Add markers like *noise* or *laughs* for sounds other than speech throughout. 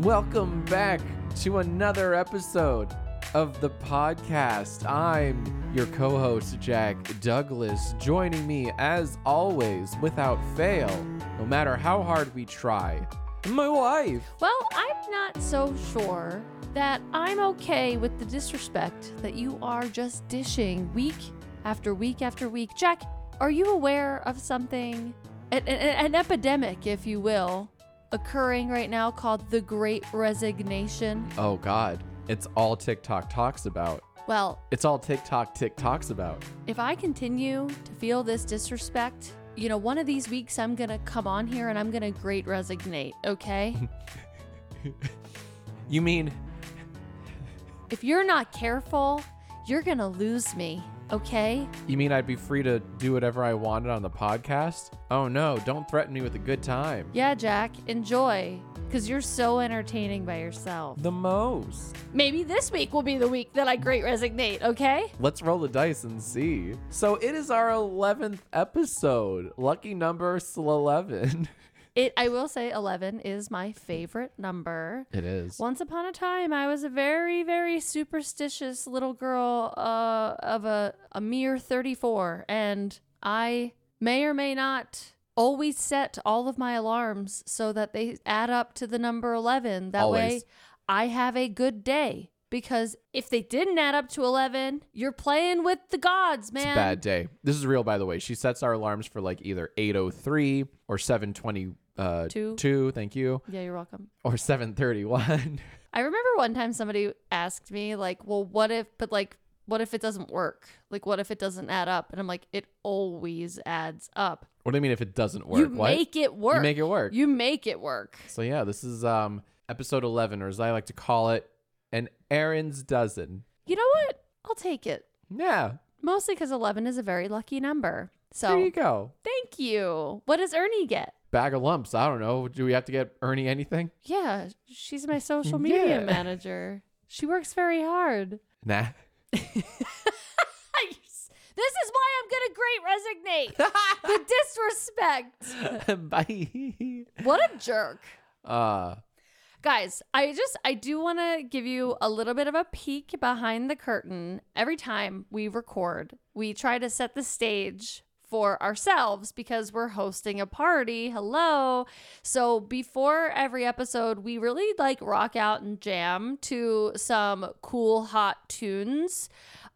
Welcome back to another episode of the podcast. I'm your co host, Jack Douglas. Joining me, as always, without fail, no matter how hard we try, my wife. Well, I'm not so sure that I'm okay with the disrespect that you are just dishing week after week after week. Jack, are you aware of something, an, an, an epidemic, if you will, occurring right now called the Great Resignation? Oh, God. It's all TikTok talks about. Well, It's all TikTok TikToks about. if I continue to feel this disrespect, you know, one of these weeks I'm gonna come on here and I'm gonna great resignate, okay? You mean, if you're not careful, you're gonna lose me, okay? you mean I'd be free to do whatever I wanted on the podcast? Oh no, don't threaten me with a good time. Yeah, Jack, enjoy, because you're so entertaining by yourself. The most. Maybe this week will be the week that I great resignate, okay? Let's roll the dice and see. So it is our 11th episode. Lucky number is *laughs* 11. It I will say 11 is my favorite number. It is. Once upon a time, I was a very, very superstitious little girl uh, of a, a mere 34, and I may or may not always set all of my alarms so that they add up to the number 11. That way, Always. I have a good day. Because if they didn't add up to 11, you're playing with the gods, man. It's a bad day. This is real, by the way. She sets our alarms for like either 8.03 or 7.20. Uh, Two. two, thank you, Yeah, you're welcome. or 7.31. I remember one time somebody asked me, like, well, what if, but like, what if it doesn't work? Like, what if it doesn't add up? And I'm like, it always adds up. *laughs* what do you mean if it doesn't work? you what? make it work. You make it work. You make it work. so yeah, this is um episode 11, or as I like to call it, an Aaron's Dozen. You know what? I'll take it. Yeah, Mostly because 11 is a very lucky number. So there you go. thank you. What does Ernie get? Bag of lumps. I don't know. Do we have to get Ernie anything? Yeah, she's my social media Yeah. manager. She works very hard. *laughs* Nah. This is why I'm going to *laughs* great resignate. the disrespect. Bye. *laughs* What a jerk. Uh, Guys, I just I do want to give you a little bit of a peek behind the curtain. Every time we record, we try to set the stage for ourselves because we're hosting a party. Hello. So before every episode, we really like rock out and jam to some cool hot tunes.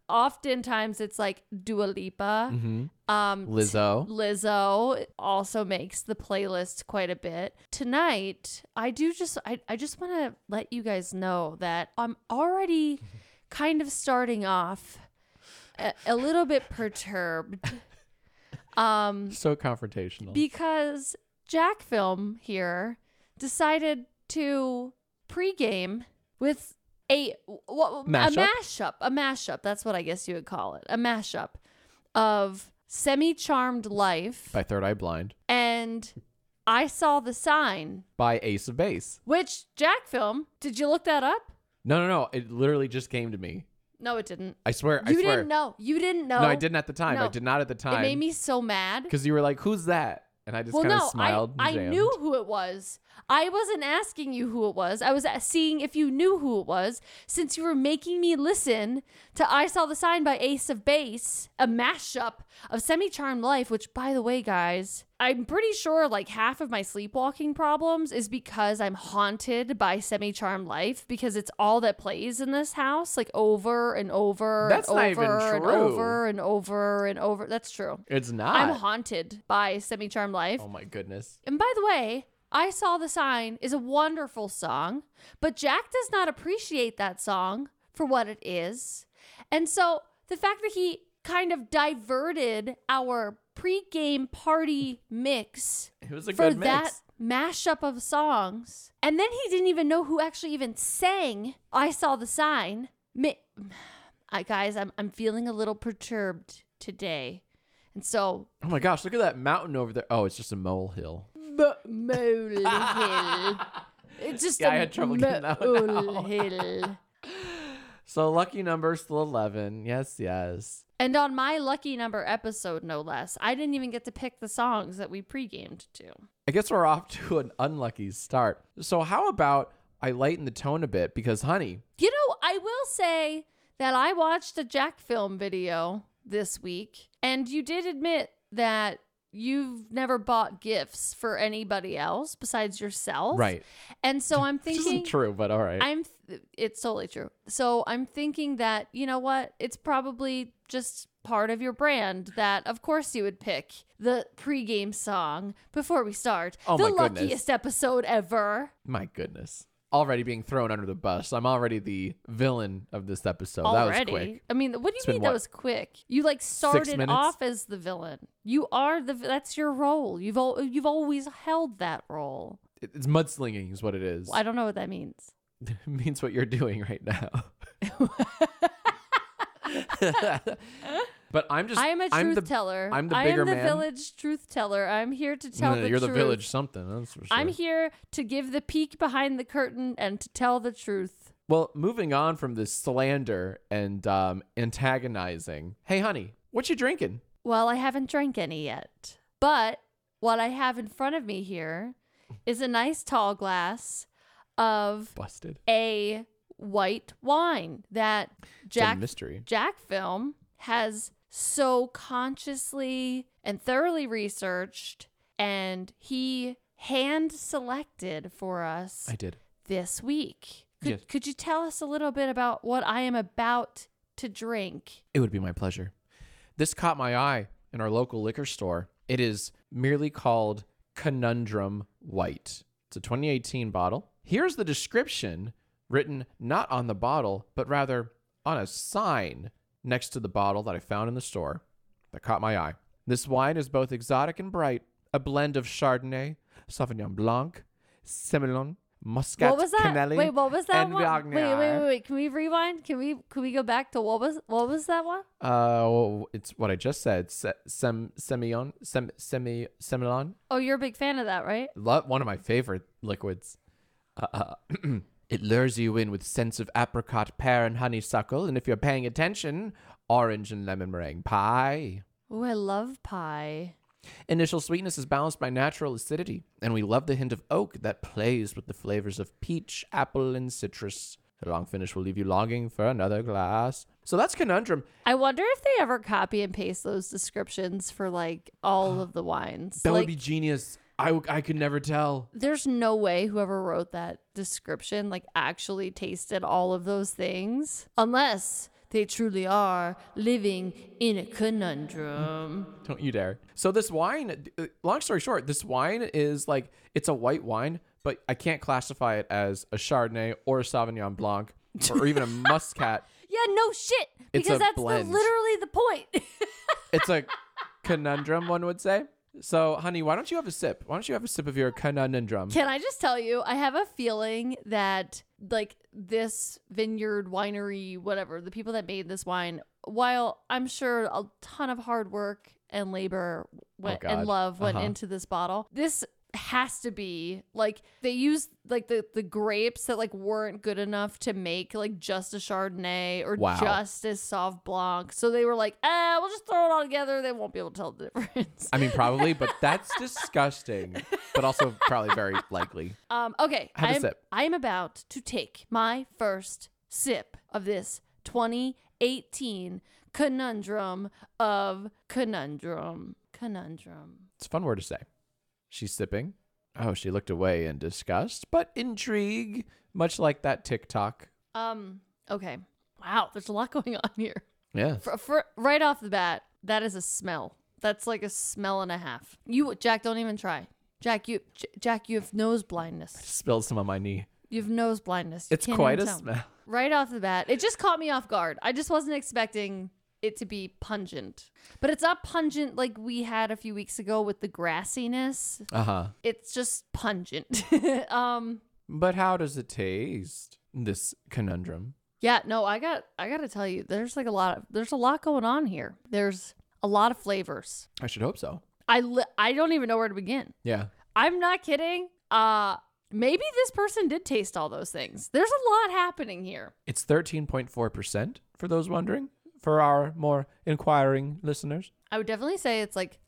Oftentimes it's like Dua Lipa, mhm. um Lizzo. Lizzo also makes the playlist quite a bit. Tonight, I do just I, I just want to let you guys know that I'm *laughs* already kind of starting off a, a little bit *laughs* perturbed. Um So confrontational. because Jack Film here decided to pregame with a what Mashup? a mashup, a mashup. That's what I guess you would call it, a mashup of Semi Charmed Life by Third Eye Blind. and I saw the sign. By Ace of Base. Which Jack Film? Did you look that up? No, no, no. It literally just came to me. No, it didn't. I swear. you I swear. didn't know. You didn't know. No, I didn't at the time. I No. did not at the It time. made me so mad. Because you were like, who's that? And I just well, kind of no, smiled. I, and I jammed. knew who it was. I wasn't asking you who it was. I was a- seeing if you knew who it was, since you were making me listen to I Saw the Sign by Ace of Base, a mashup of Semi Charmed Life, which, by the way, guys, I'm pretty sure like half of my sleepwalking problems is because I'm haunted by Semi Charmed Life because it's all that plays in this house, like over and over That's and not over even and true. Ah. over and over and over. That's true. It's not. I'm haunted by Semi Charmed Life. oh my goodness. And by the way, I Saw the Sign is a wonderful song, but Jack does not appreciate that song for what it is. And so the fact that he kind of diverted our pre-game party mix It was a for good mix. that mashup of songs, and then he didn't even know who actually even sang I Saw the Sign. Ma- I, guys, I'm, I'm feeling a little perturbed today. And so Oh my gosh, look at that mountain over there. Oh, it's just a molehill. But molehill. *laughs* It's just Yeah, I I had trouble getting that one out. molehill. So lucky number still 11. Yes, yes. *laughs* and on my lucky number episode, no less, I didn't even get to pick the songs that we pre-gamed to. *laughs* I guess we're off to an unlucky start. So, how about I lighten the tone a bit because, honey, You know, I will say that I watched a Jack film video this week, and you did admit that you've never bought gifts for anybody else besides yourself. right? And so I'm This thinking isn't true, but all right. I'm th- it's totally true. So I'm thinking that, you know what? It's probably just part of your brand that of course you would pick the pregame song before we start. Oh the my goodness. luckiest episode ever. My goodness, already being thrown under the bus. I'm already the villain of this episode. Oh, That already. was quick. I mean, what do you It's been mean that what? was quick? You like started minutes? off as the villain. You are the that's your role. You've al- you've always held that role. It- It's mudslinging, is what it is. I don't know what that means. *laughs* it means what you're doing right *laughs* now. *laughs* but I'm just. I am a truth I'm the, teller. I'm the I bigger am the man. village truth teller. I'm here to tell No, the you're truth. the village something. That's for sure. I'm here to give the peek behind the curtain and to tell the truth. Well, moving on from this slander and um, antagonizing. Hey, honey, what you drinking? Well, I haven't drank any yet. But what I have in front of me here is a nice tall glass of Busted. a white wine that it's a Jack mystery. Jack film has so consciously and thoroughly researched and he hand selected for us I did. this week. Could, Yes. could you tell us a little bit about what I am about to drink? It would be my pleasure. This caught my eye in our local liquor store. It is merely called Conundrum White. It's a 2018 bottle. Here's the description written not on the bottle, but rather on a sign next to the bottle that I found in the store that caught my eye. This wine is both exotic and bright, a blend of Chardonnay, Sauvignon Blanc, Semillon, Muscat, what was that? Canelli, wait, what was that and one? Wait, wait, Viognier. wait, wait. Can we rewind? Can we can we go back to what was what was that one? Uh, well, it's what I just said. Se- sem semion sem semi semilon. Oh, you're a big fan of that, right? Love one of my favorite liquids. Uh, uh, *clears throat* it lures you in with scents of apricot, pear, and honeysuckle, and if you're paying attention, orange and lemon meringue pie. Oh, I love pie. Initial sweetness is balanced by natural acidity, and we love the hint of oak that plays with the flavors of peach, apple, and citrus. The long finish will leave you longing for another glass. So that's conundrum. I wonder if they ever copy and paste those descriptions for like *gasps* all of the wines. That like, would be genius. I, w- I could never tell. there's no way whoever wrote that description like actually tasted all of those things unless they truly are living in a conundrum. Don't you dare. So this wine, uh, long story short, this wine is like it's a white wine, but I can't classify it as a Chardonnay or a Sauvignon Blanc or even a Muscat. Yeah, no shit. It's Because a that's the, blend. literally the point. *laughs* It's a conundrum, one would say. So, honey, why don't you have a sip? Why don't you have a sip of your conundrum? Can I just tell you, I have a feeling that like this vineyard, winery, whatever, the people that made this wine, while I'm sure a ton of hard work and labor went, and Oh, God. love went Uh-huh. into this bottle, this has to be like they used like the the grapes that like weren't good enough to make like just a chardonnay or Wow. just a sauv blanc so they were like ah we'll just throw it all together they won't be able to tell the *laughs* difference I mean, probably, but that's disgusting, but also probably very likely. Um, okay. Have a I'm, sip. I'm about to take my first sip of this 2018 conundrum of conundrum. Conundrum. It's a fun word to say. She's sipping. Oh, she looked away in disgust, but intrigue, much like that TikTok. Um, okay. Wow, there's a lot *laughs* going on here. Yeah. For, for, right off the bat, that is a smell. That's like a smell and a half. You, Jack, don't even try. Jack, you, J- Jack, you have nose blindness. Spilled some on my knee. You have nose blindness. You It's can't quite even a tell. smell. right off the bat. It just caught me off guard. I just wasn't expecting it to be pungent. But it's not pungent like we had a few weeks ago with the grassiness. Uh huh. It's just pungent. *laughs* um But how does it taste? This conundrum. yeah, no, I got I got to tell you there's like a lot of there's a lot going on here. There's a lot of flavors. I should hope so. I li- I don't even know where to begin. Yeah. I'm not kidding. Uh maybe this person did taste all those things. There's a lot happening here. It's 13.4% for those wondering, for our more inquiring listeners. I would definitely say it's like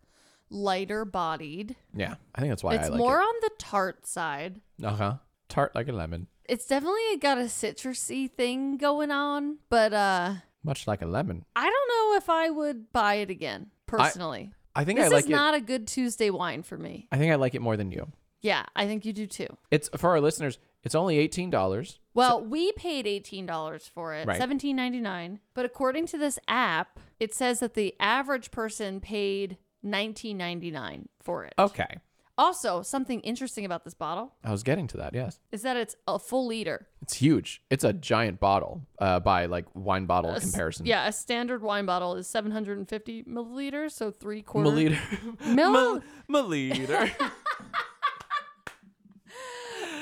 lighter bodied. Yeah. I think that's why it's I like more on the tart side. it. Uh huh. Tart like a lemon. It's definitely got a citrusy thing going on, but uh Much like a lemon. I don't know if I would buy it again personally. I think this I like is it. not a good Tuesday wine for me. I think I like it more than you. Yeah, I think you do too. It's for our listeners. It's only eighteen dollars. Well, we paid eighteen dollars for it, Right. seventeen ninety nine. But according to this app, it says that the average person paid nineteen ninety nine for it. Okay, Also, something interesting about this bottle I was getting to that. Yes, is that it's a full liter. it's huge. It's a giant bottle uh, by like wine bottle A s- comparison. Yeah, a standard wine bottle is seven hundred and fifty milliliters, so three quarter milliliter. *laughs* Mill- *laughs* *laughs* milliliter. Um,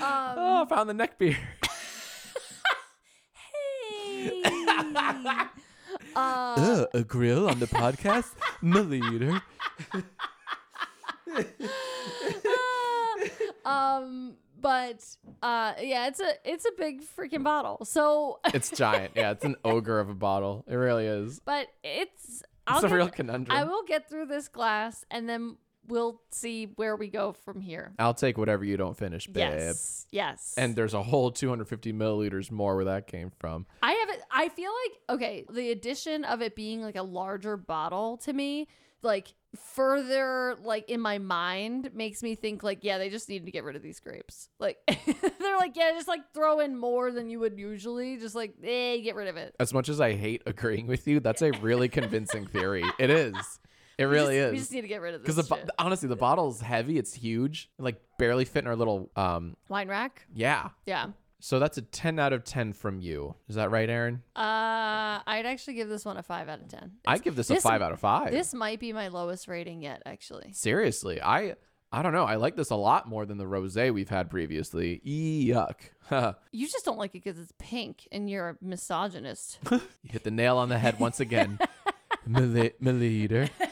oh, found the neck beer. Hey. *laughs* Uh, Ugh, a grill on the podcast. milliliter. um, but uh, yeah, it's a it's a big freaking bottle. So, It's giant. Yeah, it's an ogre of a bottle. It really is. but it's It's I'll a get- real conundrum. I will get through this glass, and then we'll see where we go from here. I'll take whatever you don't finish, babe. Yes, yes. And there's a whole 250 milliliters more where that came from. I haven't. I feel like okay. The addition of it being like a larger bottle to me, like further, like in my mind, makes me think like, yeah, they just need to get rid of these grapes. Like *laughs* they're like, yeah, just like throw in more than you would usually. Just like, eh, get rid of it. As much as I hate agreeing with you, that's a really *laughs* convincing theory. It is. It really just, We is. just need to get rid of this Because the bo- shit. honestly, the bottle's heavy. It's huge. It, like barely fit in our little. Um. wine rack. Yeah. Yeah. So that's a 10 out of 10 from you. Is that right, Aaron? Uh, I'd actually give this one a five out of ten. I give this a this- five out of five. This might be my lowest rating yet, actually. Seriously, I. I don't know. I like this a lot more than the rosé we've had previously. Yuck. *laughs* You just don't like it because it's pink and you're a misogynist. You hit the nail on the head once *laughs* again. Milli- milliliter. *laughs*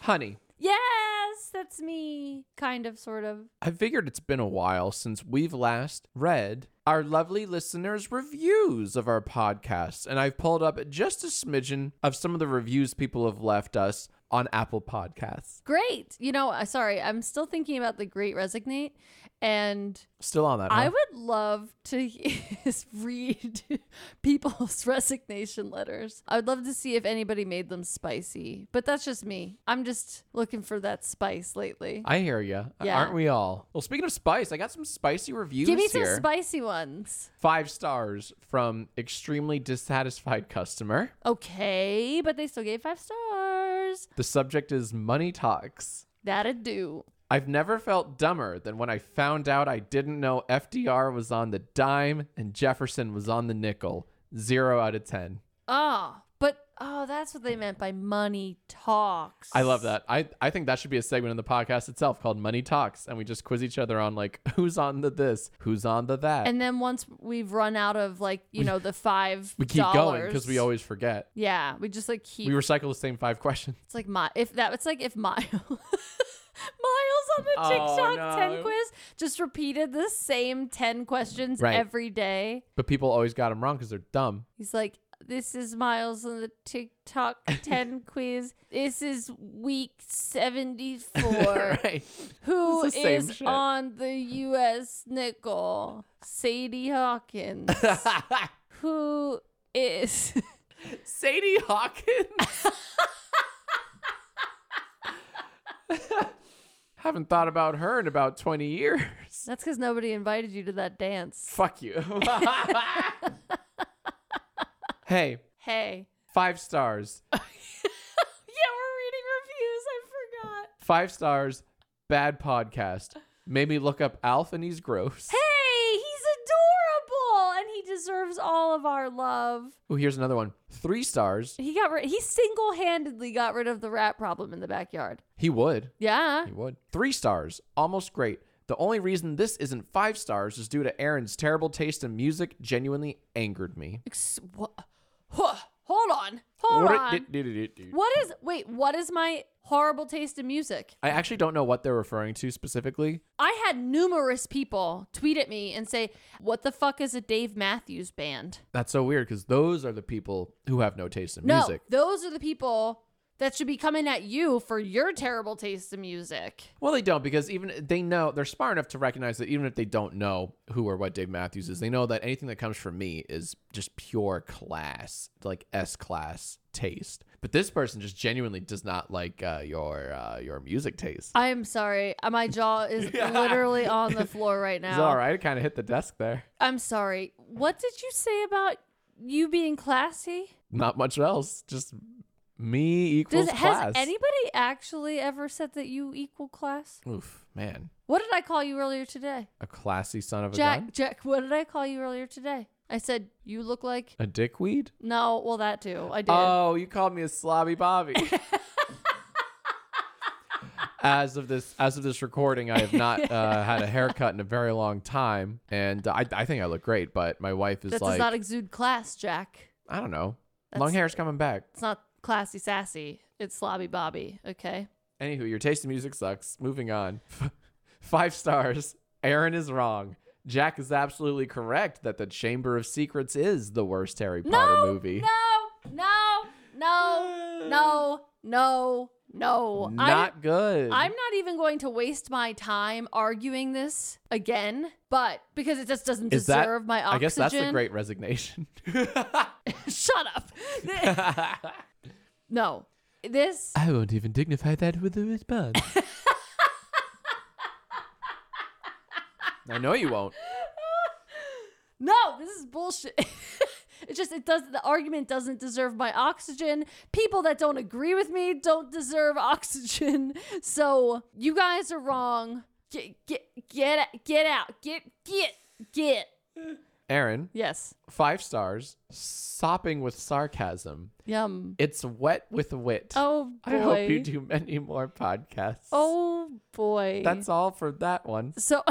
Honey, Yes, that's me. Kind of, sort of. I figured it's been a while since we've last read our lovely listeners' reviews of our podcasts, and I've pulled up just a smidgen of some of the reviews people have left us on Apple Podcasts. Great. You know, uh, sorry, I'm still thinking about the Great Resignate, and Still on that. I Huh? would love to *laughs* just read *laughs* people's *laughs* resignation letters. I would love to see if anybody made them spicy, but that's just me. I'm just looking for that spice lately. I hear you. Yeah. Aren't we all? Well, speaking of spice, I got some spicy reviews Give me some here. spicy ones. five stars from extremely dissatisfied customer. Okay, but they still gave five stars. The subject is money talks. That'd do. I've never felt dumber than when I found out I didn't know FDR was on the dime and Jefferson was on the nickel. Zero out of 10. Oh, but oh, that's what they meant by money talks. I love that. I, I think that should be a segment in the podcast itself called Money Talks. And we just quiz each other on, like, *laughs* who's on the this, who's on the that. And then once we've run out of like, you know, the five *laughs* we keep going dollars, because we always forget. Yeah, we just like keep We recycle the same five *laughs* questions. it's like my if that it's like if *laughs* Miles Miles on the Oh, TikTok no. 10 quiz just repeated the same 10 questions Right. every day. But people always got them wrong because they're dumb. He's like, This is Miles on the *laughs* TikTok 10 quiz. This is week 74. *laughs* right. Who It's the same is shit. on the U.S. nickel? *laughs* Sadie Hawkins. Who is? Sadie Hawkins. *laughs* Haven't thought about her in about 20 years. *laughs* That's because nobody invited you to that dance. Fuck you. *laughs* hey, Hey. five stars. Yeah, we're reading reviews. I forgot. Five stars. Bad podcast. Made me look up Alf and he's gross. Hey, he's adorable, and he deserves all of our love. Oh, here's another one. Three stars. He got rid. He single-handedly got rid of the rat problem in the backyard. He would. Yeah. He would. Three stars. Almost great. The only reason this isn't five stars is due to Aaron's terrible taste in music genuinely angered me. Ex- wha- huh, Hold on. Hold on. What is? Wait. What is my horrible taste in music? I actually don't know what they're referring to specifically. I had numerous people tweet at me and say, "What the fuck is a Dave Matthews band?" That's so weird because those are the people who have no taste in No, music. those are the people that should be coming at you for your terrible taste in music. Well, they don't because even they know they're smart enough to recognize that even if they don't know who or what Dave Matthews is, they know that anything that comes from me is just pure class, like S class taste. But this person just genuinely does not like uh, your uh, your music taste. I am sorry. Uh, My jaw *laughs* is literally on the floor right now. It's all right. Kind of hit the desk there. I'm sorry. What did you say about you being classy? Not much else. Just me equals Does class. has anybody actually ever said that you equal class? Oof, man, What did I call you earlier today? a classy son of a Jack, gun. Jack, what did I call you earlier today? I said you look like A dickweed. No, well that too. I did. Oh, you called me a slobby *laughs* bobby. as of this, as of this recording, I have not uh, had a haircut in a very long time, and uh, I, I think I look great. But my wife is that does like, not exude class, Jack. I don't know, long hair's coming back. It's not classy sassy. It's slobby bobby, okay? Anywho, your taste in music sucks. Moving on, *laughs* five stars. Aaron is wrong. Jack is absolutely correct that the Chamber of Secrets is the worst Harry Potter no, movie. No, no, no, no, no, no. Not good. I'm, I'm not even going to waste my time arguing this again, but because it just doesn't is that deserve my oxygen. I guess that's the great resignation. *laughs* Shut up. no. This *laughs* I won't even dignify that with a response. I know you won't. No, this is bullshit. *laughs* it just it does the argument doesn't deserve my oxygen. People that don't agree with me don't deserve *laughs* oxygen. So you guys are wrong. Get get get get out. Get get get. Aaron, Yes. five stars, sopping with sarcasm. Yum. It's wet with wit. Oh boy. I hope you do many more podcasts. Oh boy. that's all for that one. so *laughs*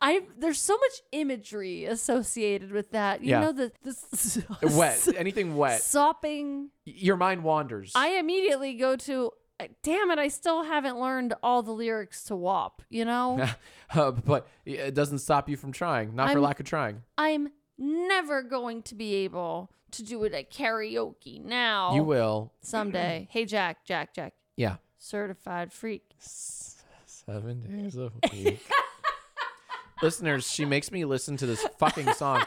I there's so much imagery associated with that. You Yeah. know the this Wet. Anything wet. sopping Your mind wanders. I immediately go to, "Uh, damn it, I still haven't learned all the lyrics to WAP, *laughs* you know? *laughs* Uh, but it doesn't stop you from trying. Not for I'm- lack of trying. I'm never going to be able to do it at karaoke now. You will. *clears throat* Someday. hey, Jack, Jack, Jack, Yeah. certified freak. Seven days a week. Listeners, she makes me listen to this fucking song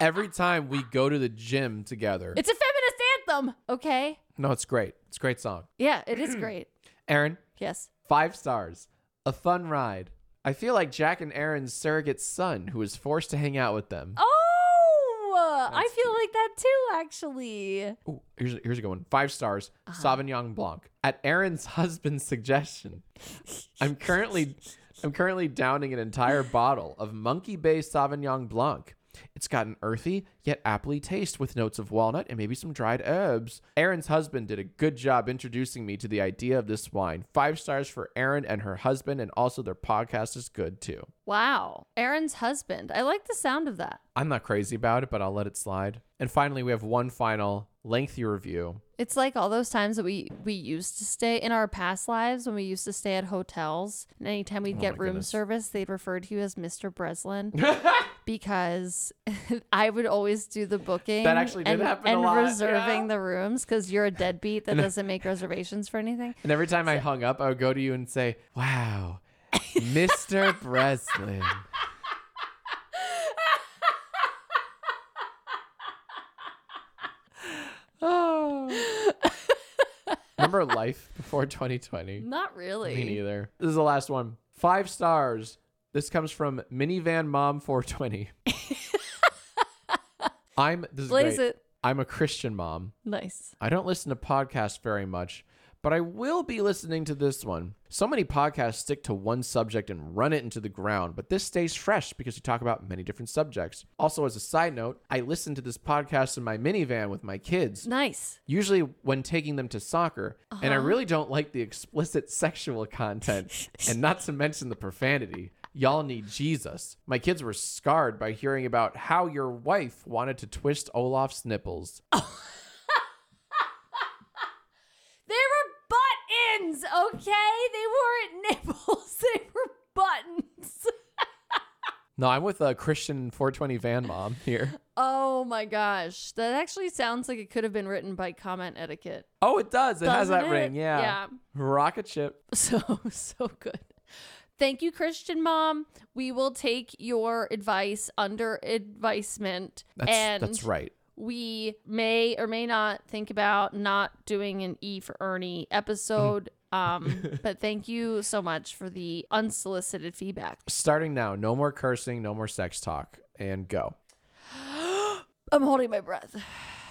every time we go to the gym together. It's a feminist anthem, okay? no, it's great. It's a great song. Yeah, *clears throat* it is great. Aaron, Yes. five stars. A fun ride. I feel like Jack and Aaron's surrogate son who was forced to hang out with them. Oh, uh, I That's feel like that too, actually. Ooh, here's, here's a good one. Five stars. Sauvignon Blanc. At Aaron's *laughs* husband's suggestion, I'm currently I'm currently downing an entire bottle of Monkey Bay Sauvignon Blanc. It's got an earthy yet apple taste with notes of walnut and maybe some dried herbs. Aaron's husband did a good job introducing me to the idea of this wine. Five stars for Aaron and her husband, and also their podcast is good too. Wow. Aaron's husband. I like the sound of that. I'm not crazy about it, but I'll let it slide. And finally, we have one final lengthy review. It's like all those times that we we used to stay in our past lives when we used to stay at hotels. And anytime we'd get Oh my room goodness. service, they'd refer to you as *laughs* Mr. Breslin because *laughs* I would always do the booking. That actually did and, happen a And lot, reserving yeah. the rooms because you're a *laughs* deadbeat that doesn't make reservations for anything. And every time I hung up, I would go to you and say, *laughs* Wow, Mr. Breslin. Oh. Remember life before 2020? Not Me really. neither. This is the last one. Five stars. This comes from Minivan Mom *laughs* 420. I'm this is Blaze great. it. I'm a Christian mom. Nice. I don't listen to podcasts very much, but I will be listening to this one. So many podcasts stick to one subject and run it into the ground, but this stays fresh because you talk about many different subjects. Also, as a side note, I listen to this podcast in my minivan with my kids, Nice. usually when taking them to soccer, and I really don't like the explicit *laughs* sexual content, and not to mention the profanity. Y'all need Jesus. My kids were scarred by hearing about how your wife wanted to twist Olaf's nipples. They were buttons, okay? They weren't *laughs* nipples. They were buttons. uh, No, I'm with a Christian 420 van mom here. Oh, Oh my gosh. That actually sounds like it could have been written by comment etiquette. *laughs* *laughs* Oh, it does. It has that Doesn't ring. it? Yeah. Yeah. Rocket ship. So, so good. Thank you, Christian Mom. We will take your advice under advisement. That's, and that's right. we may or may not think about not doing an E for Ernie *laughs* episode. um, but thank you so much for the unsolicited feedback. Starting now, no more cursing, no more sex talk, and go. I'm holding my breath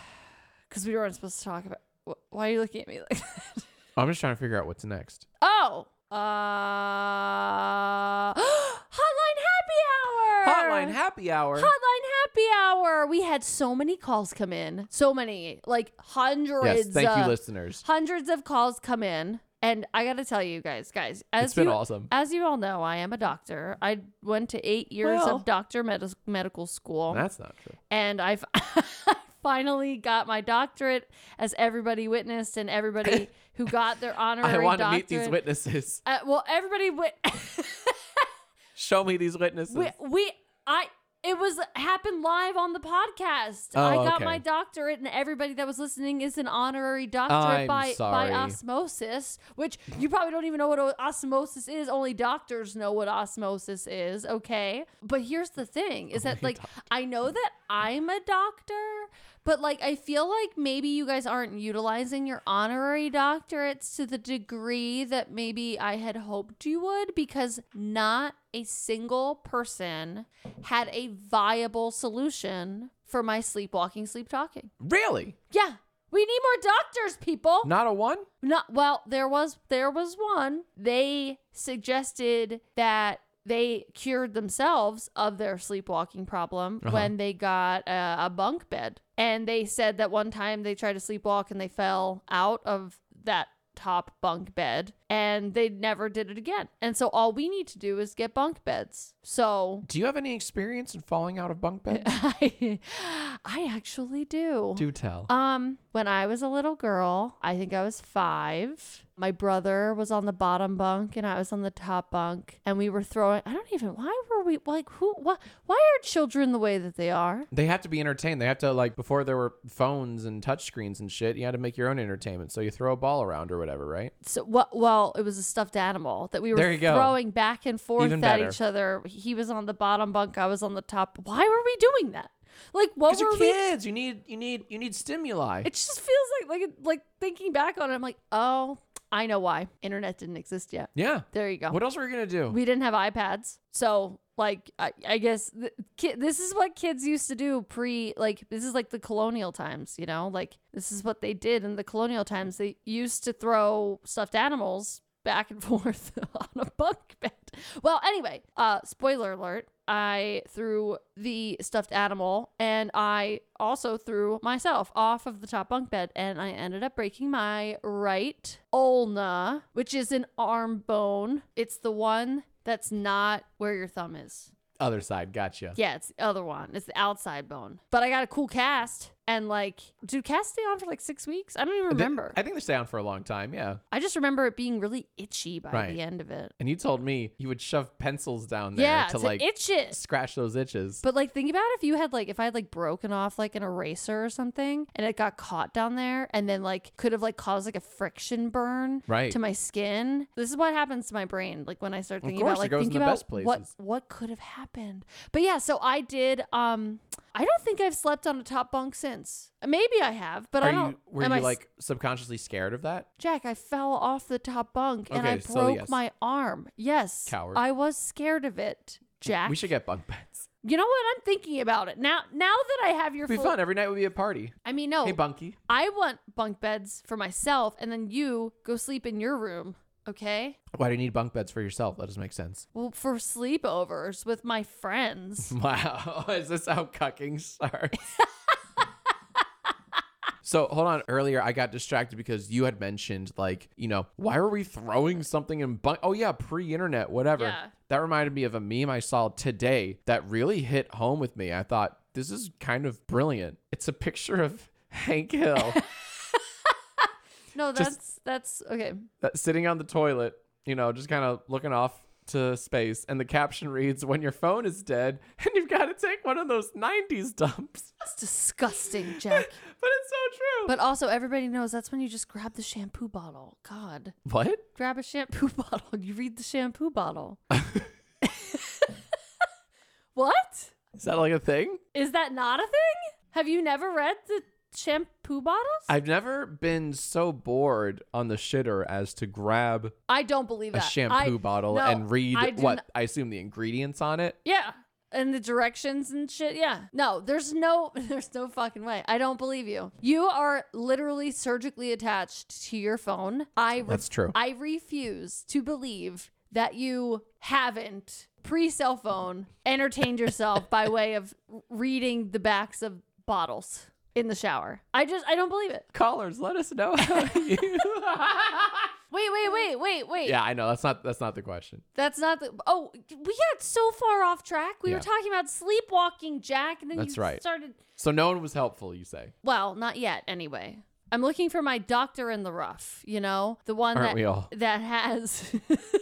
*sighs* because we weren't supposed to talk about. wh- Why are you looking at me like that? I'm just trying to figure out what's next. Oh, uh, *gasps* hotline happy hour. Hotline happy hour. Hotline happy hour. We had so many calls come in, so many, like hundreds. yes, thank you, uh, listeners. Hundreds of calls come in, and I gotta tell you guys, guys, as It's been you awesome. as you all know, I am a doctor. I went to eight years Well. of doctor med- medical school That's not true. and I've *laughs* finally got my doctorate, as everybody witnessed, and everybody *laughs* who got their honorary I want to meet doctorate. these witnesses. *laughs* uh, well, everybody, wit- Show me these witnesses. *laughs* we, we, I, it was happened live on the podcast. Oh, I got okay. my doctorate, and everybody that was listening is an honorary doctorate I'm by sorry. by osmosis, which you probably don't even know what o- osmosis is. Only doctors know what osmosis is. Okay, but here's the thing: is that Only like I know that I'm a doctor, but like I feel like maybe you guys aren't utilizing your honorary doctorates to the degree that maybe I had hoped you would because not a single person had a viable solution for my sleepwalking, sleep talking. really? Yeah. We need more doctors, people. Not a one? Not well, there was there was one. They suggested that they cured themselves of their sleepwalking problem Uh-huh. when they got a, a bunk bed. And they said that one time they tried to sleepwalk and they fell out of that top bunk bed and they never did it again. And so all we need to do is get bunk beds. So *laughs* Do you have any experience in falling out of bunk beds? I, I actually do. Do tell. Um, when I was a little girl, I think I was five. My brother was on the bottom bunk and I was on the top bunk, and we were throwing. I don't even. Why were we like who? What? Why are children the way that they are? they have to be entertained. They have to like before there were phones and touchscreens and shit. You had to make your own entertainment. So you throw a ball around or whatever, right? So what? Well, it was a stuffed animal that we were There you go. throwing back and forth Even at better. each other. He was on the bottom bunk, I was on the top. Why were we doing that? Like what Because were you're we? kids. You need you need you need stimuli. It just feels like like like thinking back on it. I'm like, oh, I know why internet didn't exist yet. yeah. There you go. What else were you gonna do? we didn't have iPads, so like I, I guess th- ki- this is what kids used to do pre like this is like the colonial times, you know, like this is what they did in the colonial times. They used to throw stuffed animals back and *laughs* forth on a bunk bed. Well, anyway, uh, spoiler alert. I threw the stuffed animal and I also threw myself off of the top bunk bed and I ended up breaking my right ulna, which is an arm bone. It's the one that's not where your thumb is. Other side, gotcha. Yeah, it's the other one. It's the outside bone. But I got a cool cast and like, dude, cast stay on for like six weeks? I don't even They- remember. I think they stay on for a long time, yeah. I just remember it being really itchy by Right. the end of it. And you told me you would shove pencils down there yeah, to like itch it. scratch those itches. But like, think about if you had like, if I had like broken off like an eraser or something, and it got caught down there, and then like could have like caused like a friction burn Right. to my skin. This is what happens to my brain, like when I start thinking course, about it like goes in think the about best what places. what could have happened. But yeah, so I did. Um, I don't think I've slept on a top bunk since. Maybe I have, but I Are don't. you were am you I s- like subconsciously scared of that? Jack, I fell off the top bunk and I Okay, broke so yes. my arm. Yes, Coward. I was scared of it, Jack. We should get bunk beds. You know what? I'm thinking about it now. Now that I have your It'd be full- fun. Every night would be a party. I mean, no, Hey Bunky. I want bunk beds for myself, and then you go sleep in your room. Okay. Why do you need bunk beds for yourself? That doesn't make sense. Well, for sleepovers with my friends. *laughs* Wow. Is this how cucking starts? so hold on. Earlier, I got distracted because you had mentioned, like, you know, why were we throwing something in bunk? Oh, yeah, pre internet, whatever. Yeah. That reminded me of a meme I saw today that really hit home with me. I thought, this is kind of brilliant. It's a picture of *laughs* Hank Hill No, that's Just- that's okay. that- sitting on the toilet, you know, just kind of looking off to space. And the caption reads, When your phone is dead and you've got it take one of those 90s dumps. It's disgusting, *laughs* Jack. But it's so true. But also, everybody knows that's when you just grab the shampoo bottle. God, what? grab a shampoo *laughs* bottle. You read the shampoo bottle. *laughs* *laughs* what? Is that like a thing? Is that not a thing? Have you never read the shampoo bottles? I, I've never been so bored on the shitter as to grab don't believe a that. shampoo I- bottle no, and read I do what not- I assume the ingredients on it. yeah. And the directions and shit. Yeah. No, there's no *laughs* there's no fucking way. I don't believe you. You are literally surgically attached to your phone. I re- That's true. I refuse to believe that you haven't pre cell phone entertained *laughs* yourself by way of reading the backs of bottles in the shower. I just I don't believe it. Callers, let us know *laughs* how you. Wait, wait, wait, wait, wait. yeah, I know. That's not that's not the question. That's not the Oh, we got so far off track. We Yeah. were talking about sleepwalking, Jack, and then That's you right. started So no one was helpful, you say. Well, not yet anyway. I'm looking for my doctor in the rough, you know? The one Aren't that we *laughs* all? that has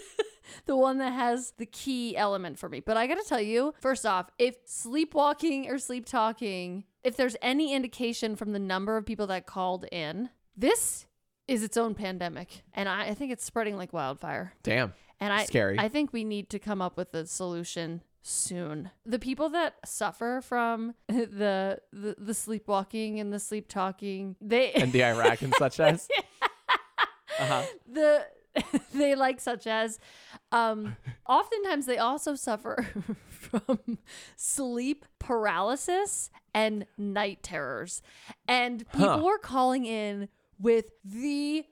*laughs* the one that has the key element for me. But I got to tell you, first off, if sleepwalking or sleep talking, if there's any indication from the number of people that called in, this is its own pandemic, and I, I think it's spreading like wildfire. Damn. And I Scary. I think we need to come up with a solution soon. The people that suffer from *laughs* the the, the sleepwalking and the sleep talking, they And the Iraq and *laughs* such as. Uh-huh. the *laughs* they like such as um oftentimes they also suffer *laughs* from sleep paralysis and night terrors and people Huh. were calling in with the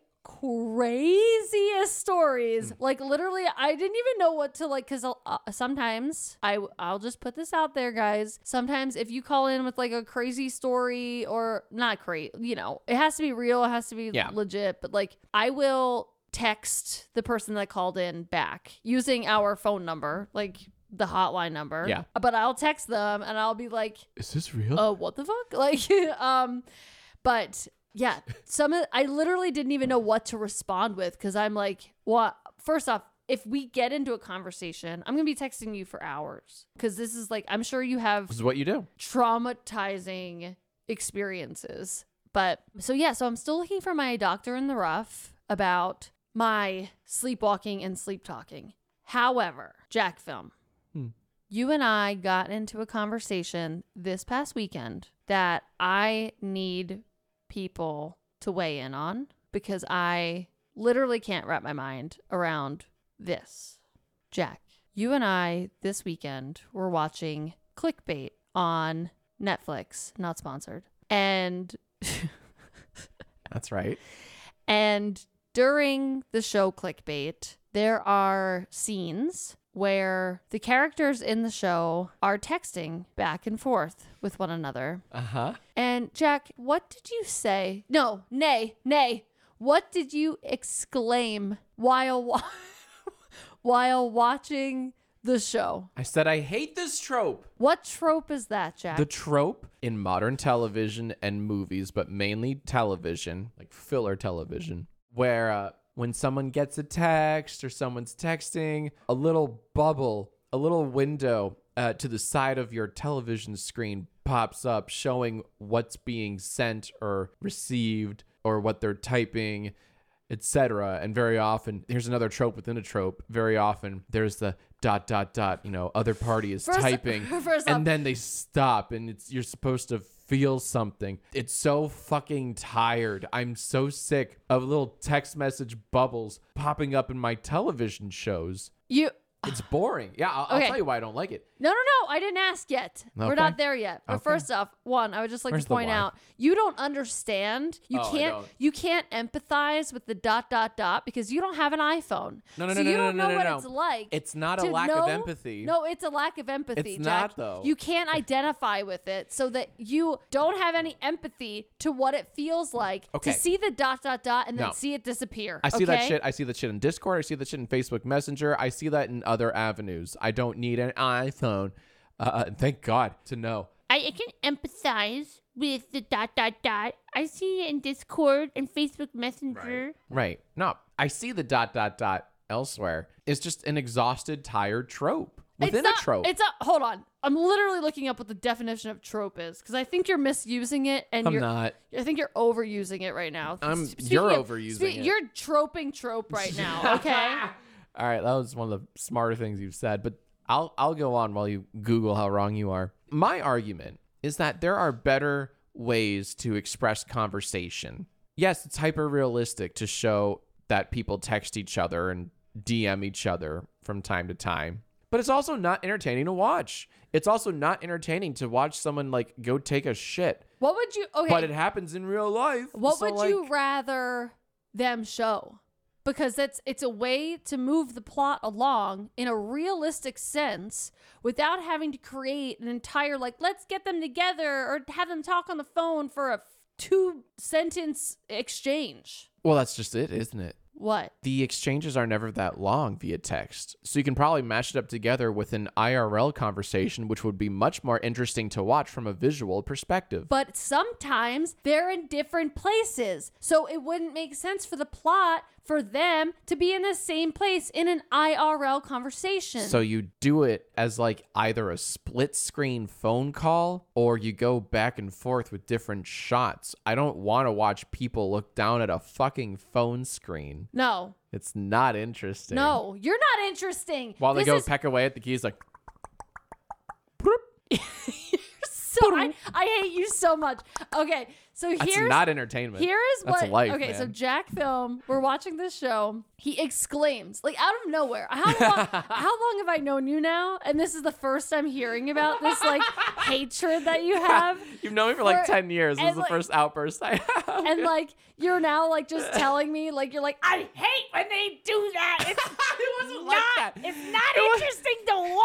craziest stories Hmm. like literally i didn't even know what to like because uh, sometimes i i'll just put this out there guys sometimes if you call in with like a crazy story or not crazy you know it has to be real it has to be Yeah. legit, but like I will text the person that called in back using our phone number, like the hotline number. Yeah. But I'll text them and I'll be like, Is this real? "Oh, what the fuck?" *laughs* Like um but yeah, some of I literally didn't even know what to respond with cuz I'm like, "What? First off, if we get into a conversation, I'm going to be texting you for hours cuz this is like I'm sure you have This is what you do. traumatizing experiences. But so yeah, so I'm still looking for my doctor in the rough about my sleepwalking and sleep talking. However, Jack film. Hmm. You and I got into a conversation this past weekend that I need people to weigh in on because I literally can't wrap my mind around this. Jack, you and I this weekend were watching Clickbait on Netflix, not sponsored. And That's right. and during the show Clickbait, there are scenes where the characters in the show are texting back and forth with one another. Uh-huh. And Jack, what did you say? No, nay, nay. What did you exclaim while wa- *laughs* while watching the show? I said I hate this trope. What trope is that, Jack? The trope in modern television and movies, but mainly television, like filler television, where uh, when someone gets a text or someone's texting, a little bubble, a little window uh, to the side of your television screen pops up showing what's being sent or received or what they're typing etc and very often here's another trope within a trope very often there's the dot dot dot you know other party is First- typing *laughs* first and off- then they stop and it's you're supposed to feel something it's so fucking tired i'm so sick of little text message bubbles popping up in my television shows you *sighs* it's boring yeah i'll, Okay. I'll tell you why i don't like it No, no, no. I didn't ask yet. We're Okay. not there yet. But Okay. first off, one, I would just like Where's to the point why? out you don't understand. You Oh, I can't don't. you can't empathize with the dot dot dot because you don't have an iPhone. No, no, so no, you no, don't no, know no, no, what no. it's like. It's not a to lack of know- empathy. No, it's a lack of empathy. It's not, Jack. though. *laughs* You can't identify with it, so that you don't have any empathy to what it feels like Okay. to see the dot dot dot and then No. see it disappear. I see that okay? shit. I see that shit in Discord. I see that shit in Facebook Messenger. I see that in other avenues. I don't need an iPhone. Uh, and thank God to know. I, I can empathize with the dot dot dot. I see it in Discord and Facebook Messenger. Right. No, I see the dot dot dot elsewhere. It's just an exhausted, tired trope. within it's not, a trope. It's a hold on. I'm literally looking up what the definition of trope is because I think you're misusing it and I'm you're not. I think you're overusing it right now. I'm- Speaking you're of- overusing spe- it. You're troping trope right *laughs* now. Okay. All right, that was one of the smarter things you've said, but I'll I'll go on while you Google how wrong you are. My argument is that there are better ways to express conversation. Yes, it's hyper realistic to show that people text each other and DM each other from time to time. But it's also not entertaining to watch. It's also not entertaining to watch someone like go take a shit. what would you? Okay. But it happens in real life. What so, would like, you rather them show? Because that's it's a way to move the plot along in a realistic sense without having to create an entire like let's get them together or have them talk on the phone for a two sentence exchange. Well, that's just it, isn't it? What? the exchanges are never that long via text. So you can probably mash it up together with an IRL conversation, which would be much more interesting to watch from a visual perspective. But sometimes they're in different places. So it wouldn't make sense for the plot for them to be in the same place in an IRL conversation. so you do it as like either a split screen phone call or you go back and forth with different shots. I don't want to watch people look down at a fucking phone screen. no, It's not interesting. No, you're not interesting. While they This go is peck away at the keys like *laughs* so I, I hate you so much. Okay, so that's here's not entertainment. here is That's what. life, okay, so man. Jack Film, we're watching this show. He exclaims like out of nowhere. How *laughs* long, how long have I known you now? And this is the first I'm hearing about this like hatred *laughs* that you have. You've known me for like for- 10 years. This and, is the like- first outburst I have. *laughs* And like you're now like just telling me like you're like I *laughs* hate when they do *laughs* that. It's it wasn't like that. not was- interesting to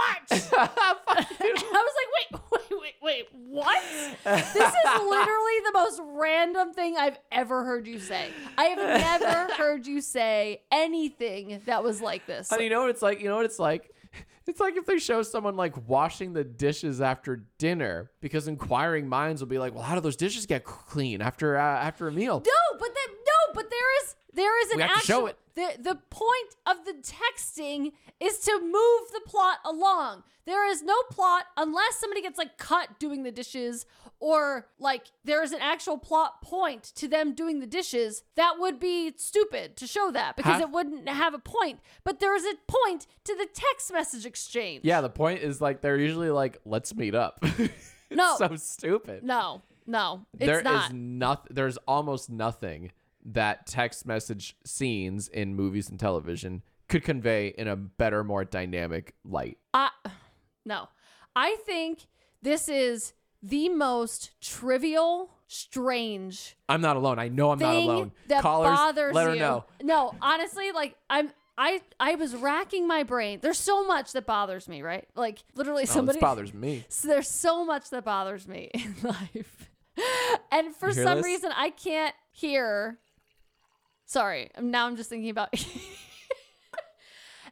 watch. *laughs* I was like, wait, wait, wait, wait, what? this is literally the most random thing I've ever heard you say. I have never heard you say anything that was like this. And you know what it's like? You know what it's like? *laughs* It's like if they show someone like washing the dishes after dinner, because inquiring minds will be like, "Well, how do those dishes get clean after uh, after a meal?" no, but that no, but there is there is an We have to actual show it. the the point of the texting is to move the plot along. There is no plot unless somebody gets like cut doing the dishes or like there is an actual plot point to them doing the dishes. That would be stupid to show that because Half- it wouldn't have a point. But there is a point to the text message exchange. Yeah, the point is like they're usually like, "Let's meet up." *laughs* it's No. so stupid. No. No. It's There is not. nothing. There's almost nothing that text message scenes in movies and television could convey in a better, more dynamic light. I no. I think this is the most trivial, strange I'm not alone. I know I'm not thing alone. that Callers, bothers let her you. know. No, honestly, like I'm I I was racking my brain. There's so much that bothers me, right? Like literally Oh, this somebody bothers *laughs* me. so there's so much that bothers me *laughs* in life. And for You hear some this? reason I can't hear Sorry, I'm- now I'm just thinking about *laughs*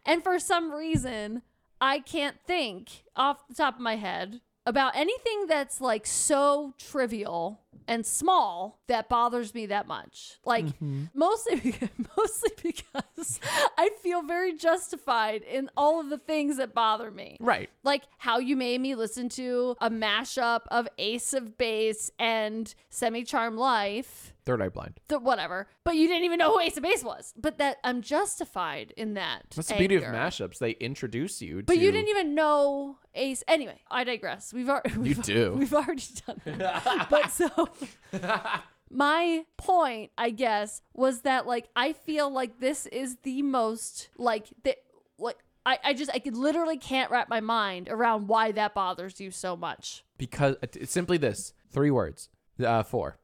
And for some reason I can't think off the top of my head about anything that's like so trivial and small that bothers me that much. Like Mm-hmm. mostly *laughs* mostly because *laughs* I feel very justified in all of the things that bother me Right. like how you made me listen to a mashup of Ace of Base and Semi Charm Life, Third Eye Blind. the whatever. But you didn't even know who Ace of Base was. But that I'm justified in that. That's the beauty of anger. mashups. They introduce you. But to, you didn't even know Ace. Anyway, I digress. We've already You do. We've already done that. but so *laughs* my point, I guess, was that like I feel like this is the most like the like I, I just I could literally can't wrap my mind around why that bothers you so much. because uh, it's simply this three words, uh, four.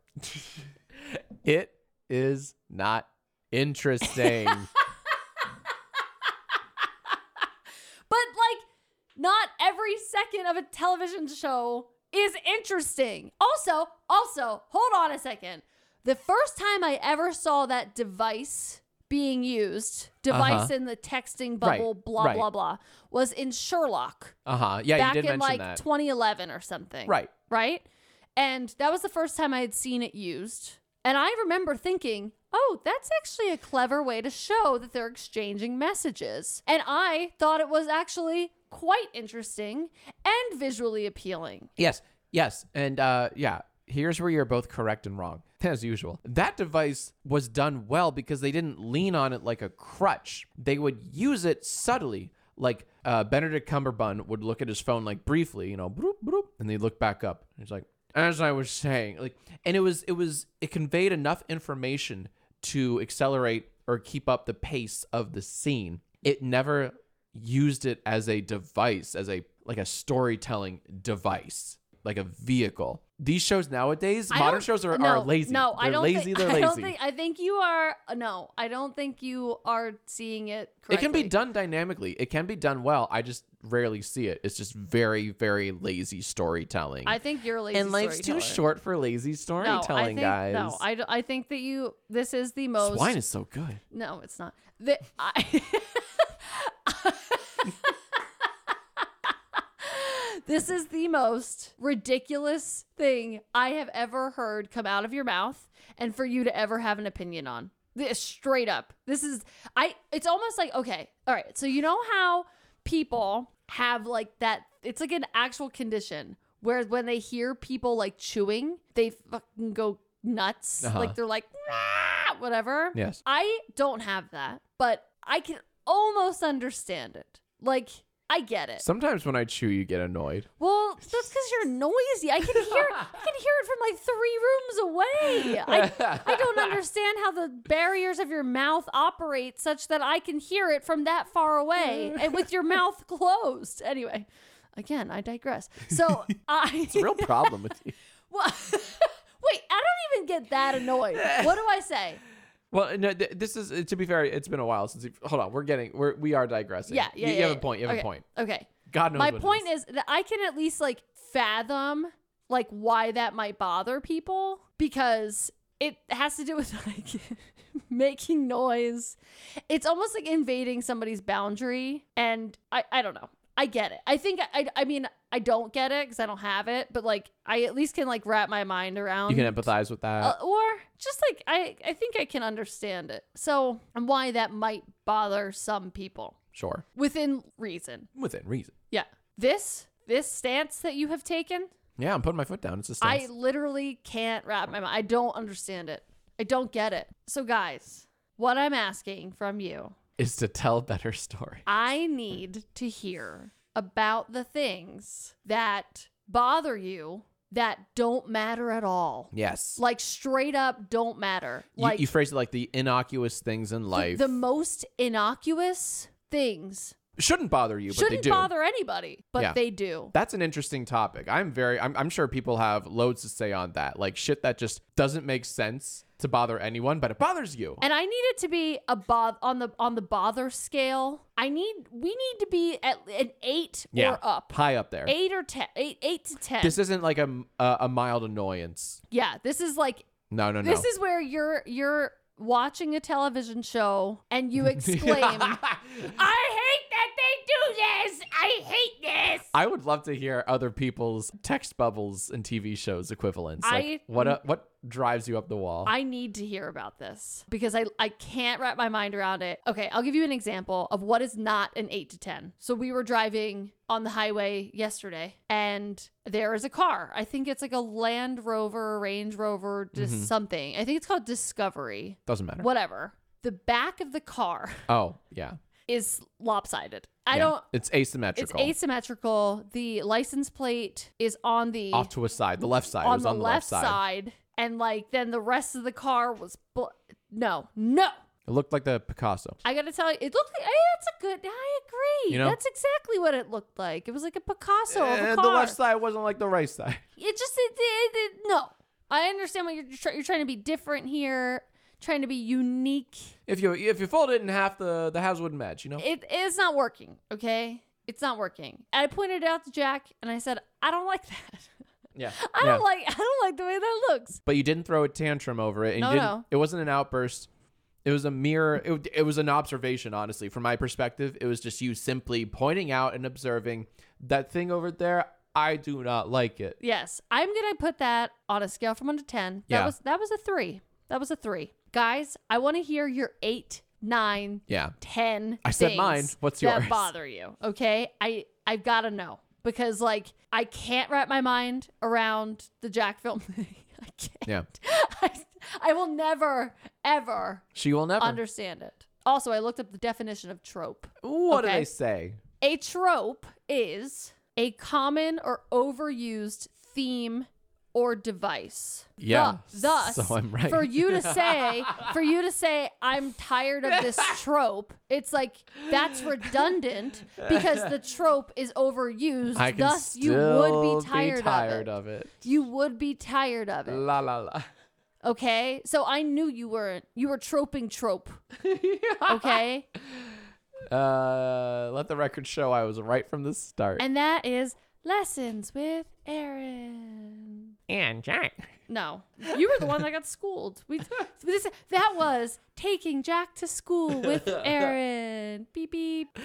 *laughs* it is not *laughs* *laughs* interesting. But like not every second of a television show is interesting. Also, also, hold on a second. The first time I ever saw that device being used, device Uh-huh. in the texting bubble, Right, blah right. blah blah, was in Sherlock uh huh. Yeah, you back did in mention like that. 2011 or something. Right. Right? And that was the first time I had seen it used. And I remember thinking, oh, that's actually a clever way to show that they're exchanging messages. And I thought it was actually quite interesting and visually appealing. Yes, yes, and uh, yeah. Here's where you're both correct and wrong, *laughs* as usual. That device was done well because they didn't lean on it like a crutch. They would use it subtly, like uh, Benedict Cumberbund would look at his phone, like briefly, you know, bloop, bloop, and they look back up. And he's like, as I was saying, like, and it was, it was, it conveyed enough information to accelerate or keep up the pace of the scene. It never used it as a device, as a like a storytelling device, like a vehicle. These shows nowadays, I modern don't- shows are, no, are lazy. No, they're I don't lazy, think they're *laughs* I lazy. don't think I think you are no, I don't think you are seeing it correctly. it can be done dynamically. It can be done well. I just rarely see it. It's just very, very lazy storytelling. I think you're a lazy and life's too storyteller. short for lazy No, storytelling, I think, guys. No, I, d- I think that you this is the This most wine is so *laughs* good. No, it's not. The, I, *laughs* this is the most ridiculous thing I have ever heard come out of your mouth and for you to ever have an opinion on. This, straight up. This is I it's almost like okay. All right. So you know how people have like that it's like an actual condition where when they hear people like chewing, they fucking go nuts. Uh-huh. Like they're like "Ah," whatever. Yes. I don't have that, but I can almost understand it. Like, I get it. Sometimes when I chew, you get annoyed. well, that's because you're noisy. I *laughs* can hear I can hear it from like three rooms away. I, I don't understand how the barriers of your mouth operate such that I can hear it from that far away and with *laughs* your mouth closed. Anyway, again, I digress. *laughs* So I It's a real problem with you. *laughs* well, *laughs* wait, I don't even get that annoyed. What do I say? Well, no, th- this is to be fair. It's been a while since. You've, hold on, we're getting we're, we are digressing. Yeah, yeah. you, you yeah, have yeah. a point. You have Okay, a point. Okay. God knows. my what it point is. that I can at least like fathom like why that might bother people because it has to do with *laughs* like making noise. It's almost like invading somebody's boundary and I I don't know. I get it. I think I I mean I don't get it cuz I don't have it, but like I at least can like wrap my mind around you can empathize with that. uh, or just like I I think I can understand it. So, and why that might bother some people sure, within reason. within reason. Yeah. This this stance that you have taken, Yeah, I'm putting my foot down. It's a I stance. literally can't wrap my mind. I don't understand it. I don't get it. So guys, what I'm asking from you, is to tell better *laughs* story. I need to hear about the things that bother you that don't matter at all. Yes, Like straight up don't matter. You- Like you, phrase it like the innocuous things in life the most innocuous things shouldn't bother you, but they shouldn't do. bother anybody, but Yeah. they do. That's an interesting topic. I'm very. I'm, I'm sure people have loads to say on that. Like shit that just doesn't make sense to bother anyone, but it bothers you. And I need it to be a both on the on the bother scale. I need we need to be at an eight yeah, or up, high up there. eight or ten, eight eight to ten. This isn't like a a, a mild annoyance. yeah, this is like No, no, no. this is where you're you're watching a television show *laughs* and you exclaim, I hate that they do this. I hate this. I would love to hear other people's text bubbles and TV shows equivalents. Like, I- what uh, what drives you up the wall? I need to hear about this because I, I can't wrap my mind around it. Okay, I'll give you an example of what is not an 8 to 10. So we were driving on the highway yesterday and there is a car. I think it's like a Land Rover, Range Rover, just Mm-hmm. something. I think it's called Discovery, Doesn't matter. whatever. The back of the car *laughs* Oh, yeah. is lopsided. I yeah. don't. It's asymmetrical. It's asymmetrical. The license plate is on the off to a side. The left side. it on was the, on the left left, side. and like then the rest of the car was bl- no, no. It looked like the Picasso. I gotta tell you, it looked like eh, it's a good. I agree. You know? That's exactly what it looked like. It was like a Picasso of a and car. the left side wasn't like the right side. It just it, it, it- no. I understand what you're try- you're trying to be different here, trying to be unique. If you if you fold it in half, the the halves wouldn't match. You know. It is not working. Okay, it's not working. I pointed it out to Jack and I said, I don't like that. *laughs* yeah. I yeah. don't like I don't like the way that looks. but you didn't throw a tantrum over it. And No, you didn't, no. It wasn't an outburst. It was a mere. It, it was an observation, honestly, from my perspective. It was just you simply pointing out and observing that thing over there. I do not like it. Yes, I'm gonna put that on a scale from one to ten. That Yeah. was that was a three. That was a three. Guys, I want to hear your eight, nine, Yeah. ten. *laughs* I said things mine. What's that yours? bother you? Okay, I I've got to know because like I can't wrap my mind around the Jack film *laughs* thing. I can't. Yeah. I, I will never ever She will never. understand it. Also, I looked up the definition of trope. what do okay. they say? A trope is a common or overused theme or device. Yeah, Thu- Thus, so I'm right. for *laughs* you to say, for you to say, I'm tired of this trope. It's like that's redundant because the trope is overused. I can thus, still you would be tired, of, it. of it. You would be tired of it. La la la. Okay, so I knew you weren't. You were troping *laughs* trope. Okay. Uh, let the record show I was right from the start. And that is Lessons with Aaron. And Jack. No, you were the one that got schooled. We this, that was taking Jack to school with Aaron. Beep beep.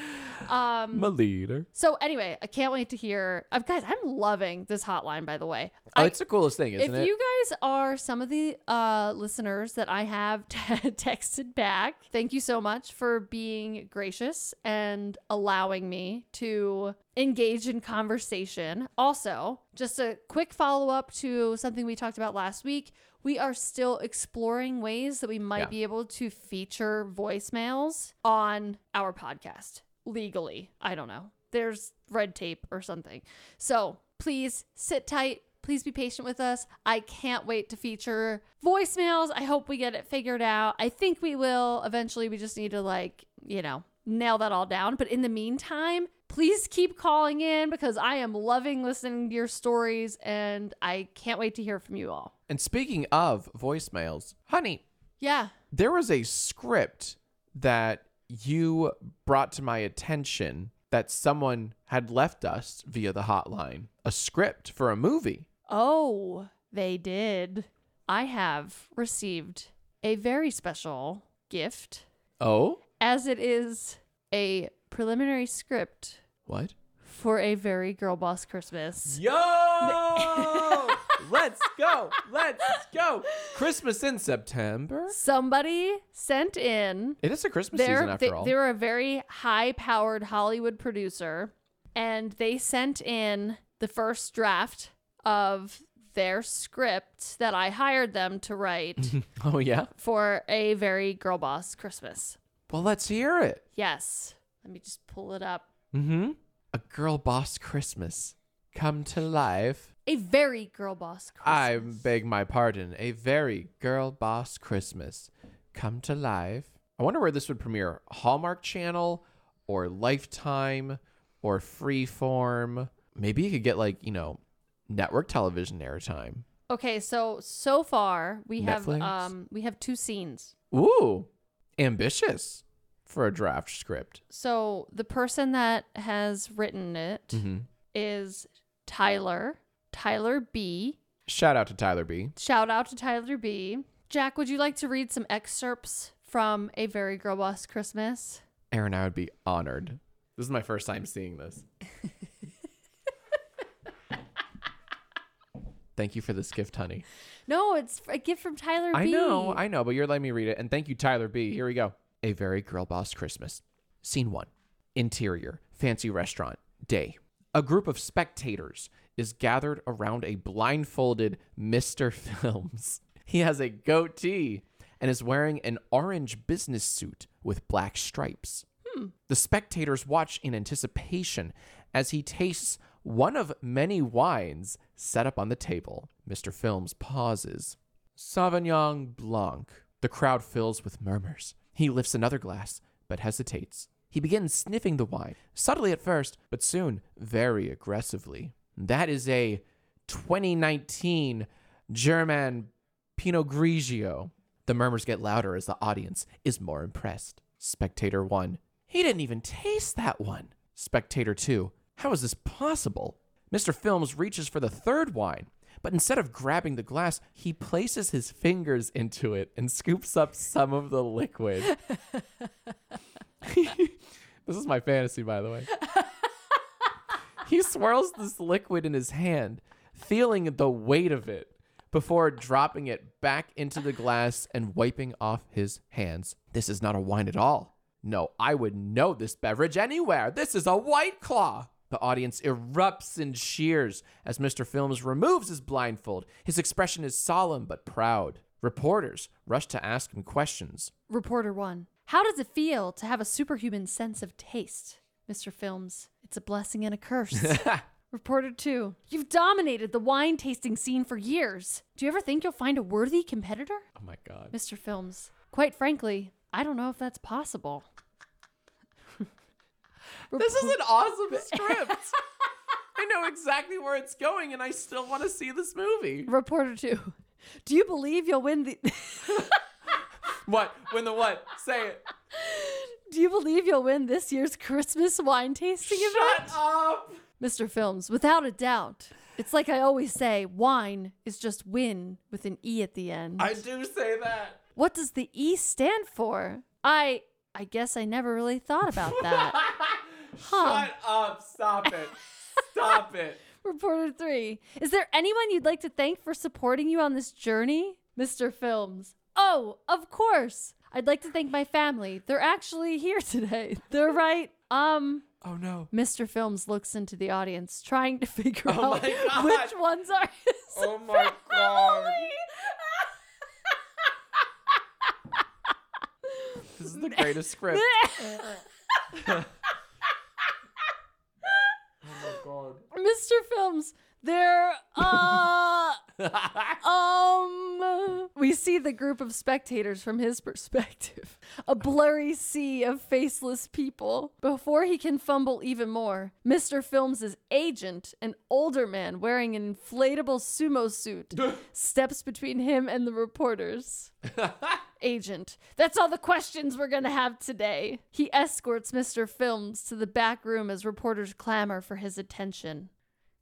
Um. My leader. So anyway, I can't wait to hear. Uh, guys, I'm loving this hotline. By the way, Oh, I- it's the coolest thing, isn't if it? you guys are some of the uh, listeners that I have *laughs* texted back, thank you so much for being gracious and allowing me to engage in conversation. Also, just a quick follow up to something we talked about last week. We are still exploring ways that we might Yeah. be able to feature voicemails on our podcast legally. I don't know. There's red tape or something. So please sit tight. Please be patient with us. I can't wait to feature voicemails. I hope we get it figured out. I think we will. Eventually, we just need to, like, you know, nail that all down. But in the meantime, please keep calling in because I am loving listening to your stories and I can't wait to hear from you all. and speaking of voicemails, honey, Yeah. there was a script that you brought to my attention that someone had left us via the hotline. A script for a movie. Oh, they did. I have received a very special gift Oh, as it is a preliminary script what? for a very girl boss Christmas. Yo! Let's go! Let's go! Christmas in September? Somebody sent in It is a Christmas they're, season after they, all. they were a very high powered Hollywood producer, and they sent in the first draft of their script that I hired them to write *laughs* *laughs* oh, yeah? for a very girl boss Christmas. Well, let's hear it. Yes. Let me just pull it up. Mm hmm. A girl boss Christmas. Come to life. A very girl boss Christmas. I beg my pardon. A very girl boss Christmas. Come to life. I wonder where this would premiere Hallmark Channel or Lifetime or Freeform. Maybe you could get, like, you know, network television airtime. Okay, so so far we have Netflix? um we have two scenes. Ooh, ambitious for a draft script. So the person that has written it is Mm-hmm. Tyler. Tyler B. Shout out to Tyler B. Shout out to Tyler B. Jack, would you like to read some excerpts from A Very Girl Boss Christmas? Aaron, I would be honored. This is my first time seeing this. Thank you for this gift, honey. No, it's a gift from Tyler I B. know, I know, but you're letting me read it. And thank you, Tyler B. Here we go. A very girl boss Christmas. Scene one Interior, fancy restaurant, day. A group of spectators is gathered around a blindfolded Mr. *laughs* Films. He has a goatee and is wearing an orange business suit with black stripes. Hmm. The spectators watch in anticipation as he tastes one of many wines set up on the table. Mr. Films pauses. Sauvignon Blanc. The crowd fills with murmurs. He lifts another glass, but hesitates. He begins sniffing the wine, subtly at first, but soon very aggressively. That is a 2019 German Pinot Grigio. The murmurs get louder as the audience is more impressed. Spectator 1. He didn't even taste that one. Spectator 2. How is this possible? Mr. Films reaches for the third wine, but instead of grabbing the glass, he places his fingers into it and scoops up some of the liquid. *laughs* this is my fantasy, by the way. He swirls this liquid in his hand, feeling the weight of it before dropping it back into the glass and wiping off his hands. This is not a wine at all. No, I would know this beverage anywhere. This is a white claw. The audience erupts in cheers as Mr. Films removes his blindfold. His expression is solemn but proud. Reporters rush to ask him questions. Reporter one. How does it feel to have a superhuman sense of taste? Mr. Films, it's a blessing and *laughs* a curse. Reporter two. You've dominated the wine tasting scene for years. Do you ever think you'll find a worthy competitor? Oh my god. Mr. Films, quite frankly, I don't know if that's possible. This is an awesome script. I know exactly where it's going and I still want to see this movie. Reporter two. Do you believe you'll win the *laughs* What? When the what? Say it. Do you believe you'll win this year's Christmas wine tasting event? Shut up. Mr. Films, without a doubt. It's like I always say, wine is just win with an E at the end. I do say that. what does the E stand for? I I guess I never really thought about that. Huh. Shut up. Stop it. Stop it. Reporter three. Is there anyone you'd like to thank for supporting you on this journey? Mr. Films. Oh, of course. I'd like to thank my family. They're actually *laughs* here today. They're right. Um, Oh no. Mr. Films looks into the audience, trying to figure Oh out my God. *laughs* which ones are his. Oh my god. This is the greatest script. oh Mr. Films, they're uh my god. um we see the group of spectators from his perspective. A blurry sea of faceless people. Before he can fumble even more, Mr. Films' agent, an older man wearing an inflatable sumo suit, steps between him and the reporters. agent. That's all the questions we're going to have today. He escorts Mr. Films to the back room as reporters clamor for his attention.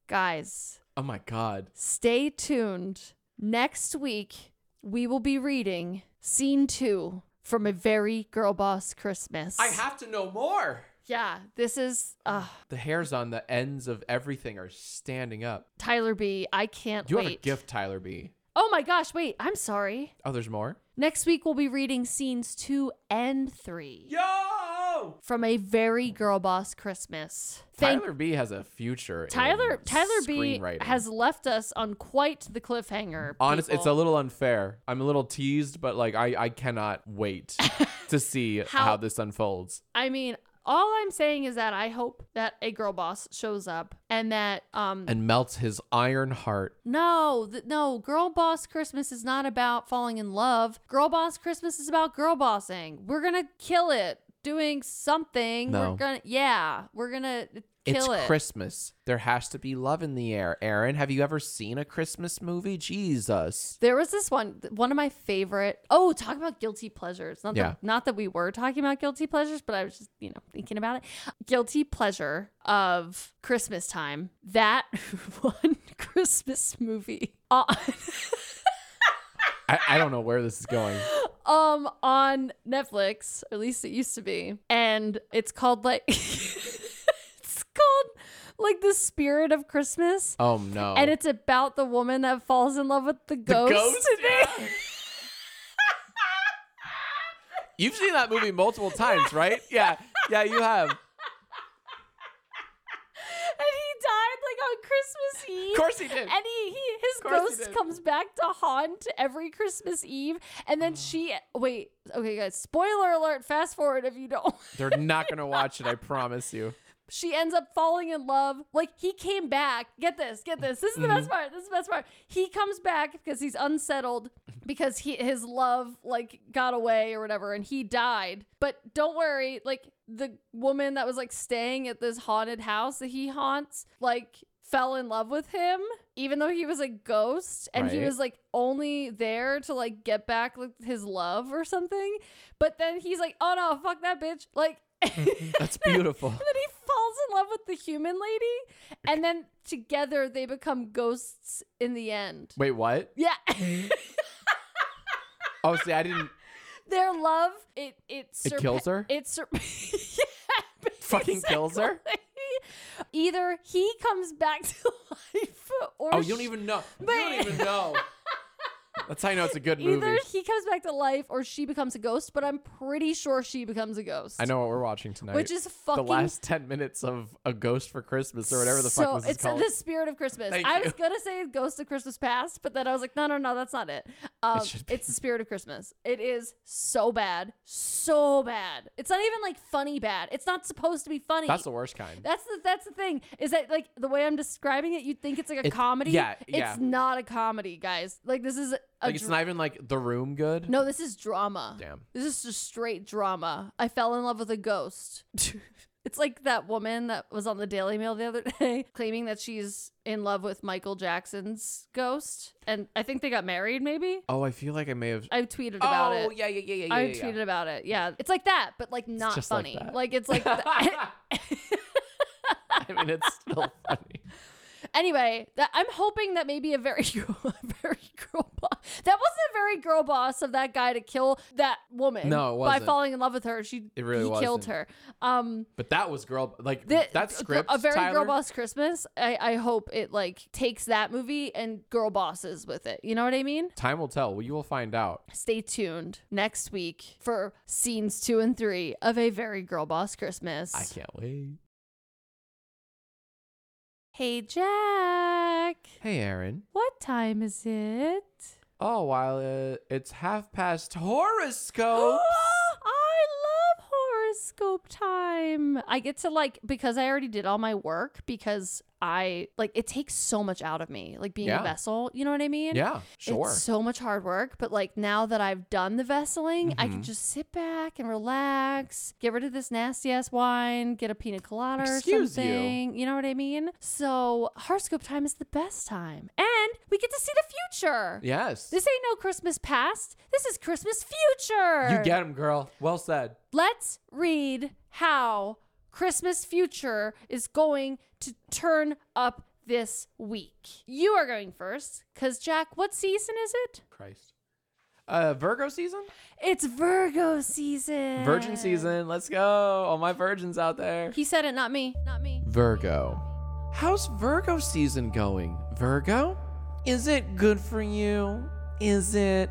Guys, oh my god. stay tuned. Next week, we will be reading scene two from A Very Girl Boss Christmas. I have to know more. Yeah, this is uh, The hairs on the ends of everything are standing up. Tyler B. I can't You wait. have a gift, Tyler B. Oh my gosh, wait. I'm sorry. Oh, there's more? Next week, we'll be reading scenes two and three. Yo! from a very girl boss Christmas. Thank Tyler B has a future. in Tyler Tyler B screenwriting. has left us on quite the cliffhanger. Honest, it's a people. little unfair. I'm a little teased, but like I, I cannot wait *laughs* to see how, How- this unfolds. I mean, all I'm saying is that I hope that a girl boss shows up and that um And melts his iron heart. no, th- no, girl boss Christmas is not about falling in love. Girl boss Christmas is about girl bossing. We're going to kill it doing something. No. We're going to yeah, we're going to kill it's it. Christmas. There has to be love in the air. Aaron, have you ever seen a Christmas movie? Jesus. There was this one, th- one of my favorite. Oh, talk about guilty pleasures. Not Yeah. that, not that we were talking about guilty pleasures, but I was just, you know, thinking about it. Guilty pleasure of Christmas time. That *laughs* one Christmas movie on, *laughs* I, I don't know where this is *gasps* going. um on Netflix, or at least it used to be. And it's called like *laughs* it's called like The Spirit of Christmas. Oh no. And it's about the woman that falls in love with the the ghost. yeah. You've seen that movie multiple times, right? Yeah. Yeah, you have. Of *laughs* and he died like on Christmas Eve. course he did. And he, he his course he ghost did. comes back to haunt every Christmas Eve, and then she wait. Okay, guys, spoiler alert. Fast forward if you don't. *laughs* They're not going to watch it, I promise you. She ends up falling in love. Like he came back. Get this. Get this. This is the best part. This is the best part. He comes back because he's unsettled because he his love like got away or whatever, and he died. But don't worry. Like the woman that was like staying at this haunted house that he haunts, like fell in love with him even though he was a ghost and he Right. was like only there to like get back like, his love or something but then he's like oh no fuck that bitch like *laughs* That's beautiful. and then he falls in love with the human lady, and then together they become ghosts in the end. Wait, what? Yeah, *laughs* Oh, see, I didn't. their love it it, It surpa- kills her? It sur- *laughs* yeah, *laughs* Fucking kills her? basically. Either he comes back to *laughs* life, or Oh, you sh- don't even know. you don't even know. That's how you know it's a good Either movie. he comes back to life or she becomes a ghost, but I'm pretty sure she becomes a ghost. I know what we're watching tonight. Which is the fucking last ten minutes of A Ghost for Christmas or whatever the so fuck this is it's called. the spirit of Christmas. Thank I you. was gonna say Ghost of Christmas Past, but then I was like, no, no, no, that's not it. Um, should be. it's the spirit of Christmas. It is so bad, so bad. It's not even like funny bad. It's not supposed to be funny. That's the worst kind. That's the that's the thing is that like the way I'm describing it, you'd think it's like a It's- comedy. yeah, yeah. It's not a comedy, guys. Like this is a like it's dr- not even like the room good. no, this is drama. Damn. this is just straight drama. I fell in love with *laughs* a ghost. it's like that woman that was on the Daily Mail the other day *laughs* claiming that she's in love with Michael Jackson's ghost, and I think they got married. Maybe Oh, I feel like I may have. I tweeted about oh it. yeah, yeah, yeah, yeah. I yeah, yeah. tweeted about it. Yeah, it's like that, but like not just like funny. that. it's *laughs* like *laughs* I mean, it's still funny. Anyway, that, I'm hoping that maybe a very *laughs* girl, very girl boss. That wasn't a very girl boss of that guy to kill that woman. No, it By wasn't. falling in love with her, she It really he killed wasn't. her. Um, But that was girl. Like the, that script. a very Tyler, girl boss Christmas. I, I hope it like takes that movie and girl bosses with it. You know what I mean? Time will tell. You will find out. Stay tuned next week for scenes two and three of a very girl boss Christmas. I can't wait. Hey Jack, Hey, Aaron. what time is *gasps* it? Oh, while uh, it's half past *gasps* horoscope. I love horoscope time. I get to like because I already did all my work because I like it takes so much out of me, like being Yeah. a vessel, you know what I mean? yeah, sure. It's so much hard work, but like now that I've done the vesseling, I can Mhm. just sit back and relax, get rid of this nasty ass wine, get a pina colada Excuse you. or something. You. know what I mean? So horoscope time is the best time. And we get to see the future. yes. This ain't no Christmas past. This is Christmas future. you get him, girl. Well said. Let's read how Christmas future is going to turn up this week. You are going first, because Jack, what season is it? Christ. Uh, Virgo season, It's Virgo season. Virgin season. Let's go, all my virgins out there. He said it, not me. Not me. Virgo. How's Virgo season going, Virgo? Is it good for you? Is it?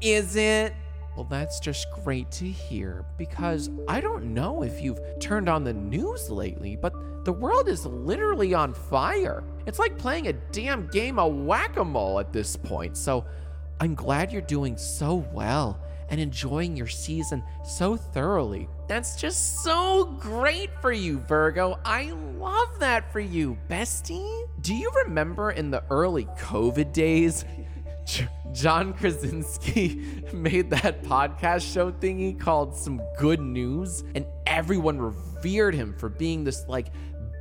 Is it? Well, that's just great to hear because I don't know if you've turned on the news lately, but the world is literally on fire. It's like playing a damn game of whack a mole at this point, so I'm glad you're doing so well and enjoying your season so thoroughly. That's just so great for you, Virgo. I love that for you, bestie. Do you remember in the early COVID days? J- John Krasinski *laughs* made that podcast show thingy called Some Good News, and everyone revered him for being this like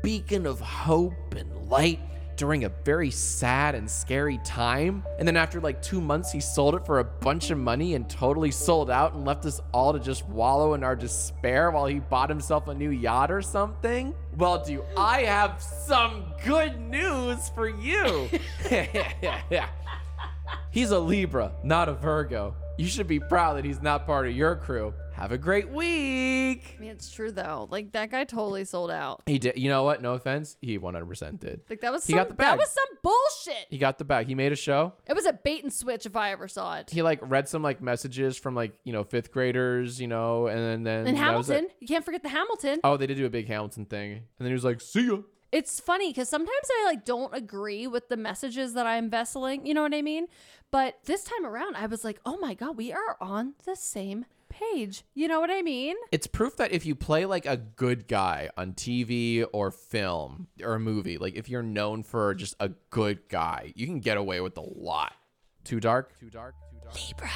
beacon of hope and light during a very sad and scary time. And then after like two months, he sold it for a bunch of money and totally sold out and left us all to just wallow in our despair while he bought himself a new yacht or something. Well, do I have some good news for you? *laughs* He's a Libra, not a Virgo. You should be proud that he's not part of your crew. Have a great week. I mean, it's true though. Like that guy totally sold out. He did. You know what? No offense. He 100% did. Like that was He some, got the bag. that was some bullshit. He got the bag. He made a show. It was a bait and switch if I ever saw it. He like read some like messages from like you know fifth graders, you know, and then then And that was it. Hamilton, you can't forget the Hamilton. Oh, they did do a big Hamilton thing, and then he was like, "See ya." it's funny because sometimes I like don't agree with the messages that I'm vesseling. You know what I mean? But this time around, I was like, oh my god, we are on the same page. You know what I mean? It's proof that if you play like a good guy on TV or film or a movie, like if you're known for just a good guy, you can get away with a lot. Too dark. Too dark. Too dark.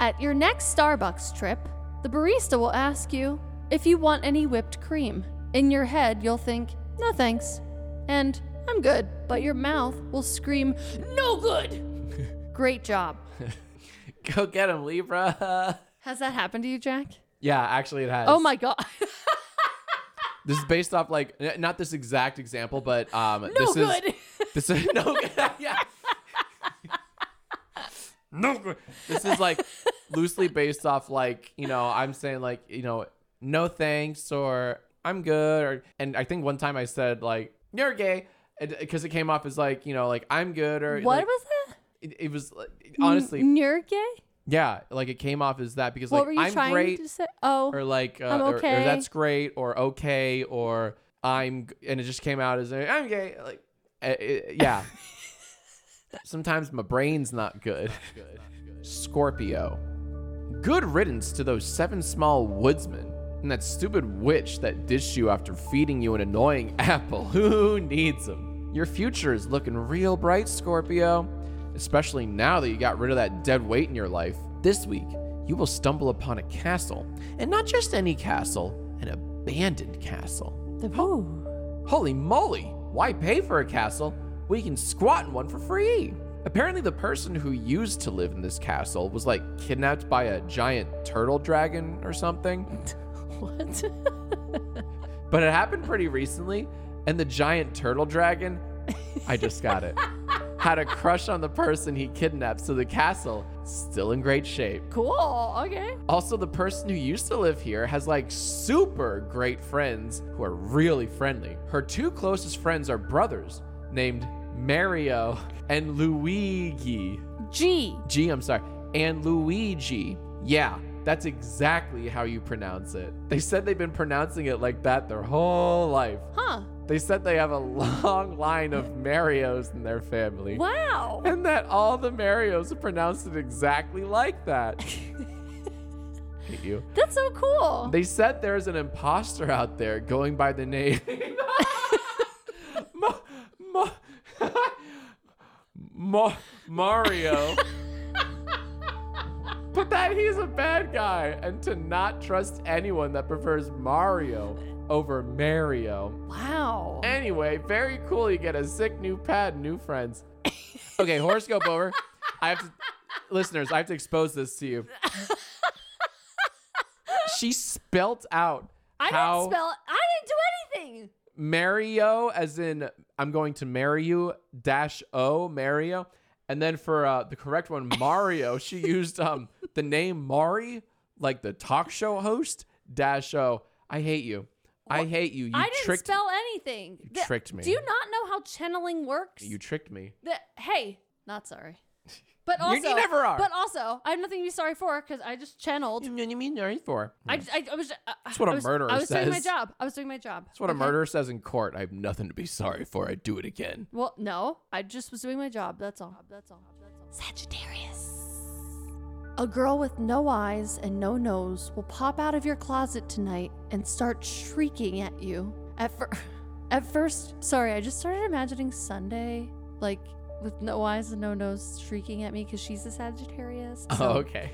*laughs* At your next Starbucks trip, the barista will ask you if you want any whipped cream. In your head, you'll think, no thanks, and I'm good. But your mouth will scream, no *laughs* good. Great job. Go get him, Libra. *laughs* Has that happened to you, Jack? yeah, actually, it has. Oh my god. *laughs* This is based off like n- not this exact example, but um, this good. is this is *laughs* no good. yeah. no good. This is like loosely based off like you know I'm saying like you know no thanks or I'm good or and I think one time uh, I said like you're gay because it came off as like you know like I'm good or what Mm, like, was that? it, it was like, honestly, N- you're gay? yeah, like it came off as that because what like were you I'm trying great to say? Oh, or like uh, I'm or- or, okay. that's great or okay or I'm g- and it just came out as I'm gay like uh, uh, *laughs* yeah. Sometimes my brain's not good. Scorpio. Good riddance to those seven small woodsmen and that stupid witch that dished you after feeding you an annoying *laughs* apple. Who needs them? Your future is looking real bright, Scorpio, especially now that you got rid of that dead weight in your life. This week, you will stumble upon a castle, and not just any castle, an abandoned castle. *laughs* Holy moly! Why pay for a castle? We can squat in one for free! Apparently, the person who used to live in this castle was like kidnapped by a giant turtle dragon or something. what? But it happened pretty recently, and the giant turtle dragon, I just got it, had a crush on the person he kidnapped, so the castle still in great shape. cool. Okay. Also, the person who used to live here has like super great friends who are really friendly. Her two closest friends are brothers named Mario and Luigi. G. G, I'm sorry. And Luigi. Yeah, that's exactly how you pronounce it. They said they've been pronouncing it like that their whole life. Huh. They said they have a *laughs* long line of Marios in their family. Wow. And that all the Marios pronounced it exactly like that. Hate you. That's so cool. They said there's an imposter out there going by the name Ma- Ma- Ma- Mario. but that he's a bad guy and to not trust anyone that prefers Mario over Mario. wow. Anyway, very cool. You get a sick new pad, new friends. Okay, horoscope over. I have to, listeners, I have to expose this to you. She spelt out I how didn't spell. I didn't do anything. Mario, as in I'm going to marry you, dash O, Mario. And then for uh, the correct one, Mario, *laughs* she used um the name Mari, like the talk show host, dash O. I hate you. I hate you. You I didn't tricked spell anything. You Th- tricked me. Do you not know how channeling works? you tricked me. Th- hey, *laughs* not sorry. But You- also, you never are. But also, I have nothing to be sorry for because I just channeled. You mean married for? I, just- I, I was. Uh, That's what a I was, murderer I was doing my says. job. I was doing my job. That's what a murderer says in court. I have nothing to be sorry for. I do it again. Well, no, I just was doing my job. That's all. That's all. That's all. Sagittarius. A girl with no eyes and no nose will pop out of your closet tonight and start shrieking at you. At fir- *laughs* at first, sorry, I just started imagining Sunday, like with no eyes and no nose, shrieking at me because she's a Sagittarius. So, oh, okay.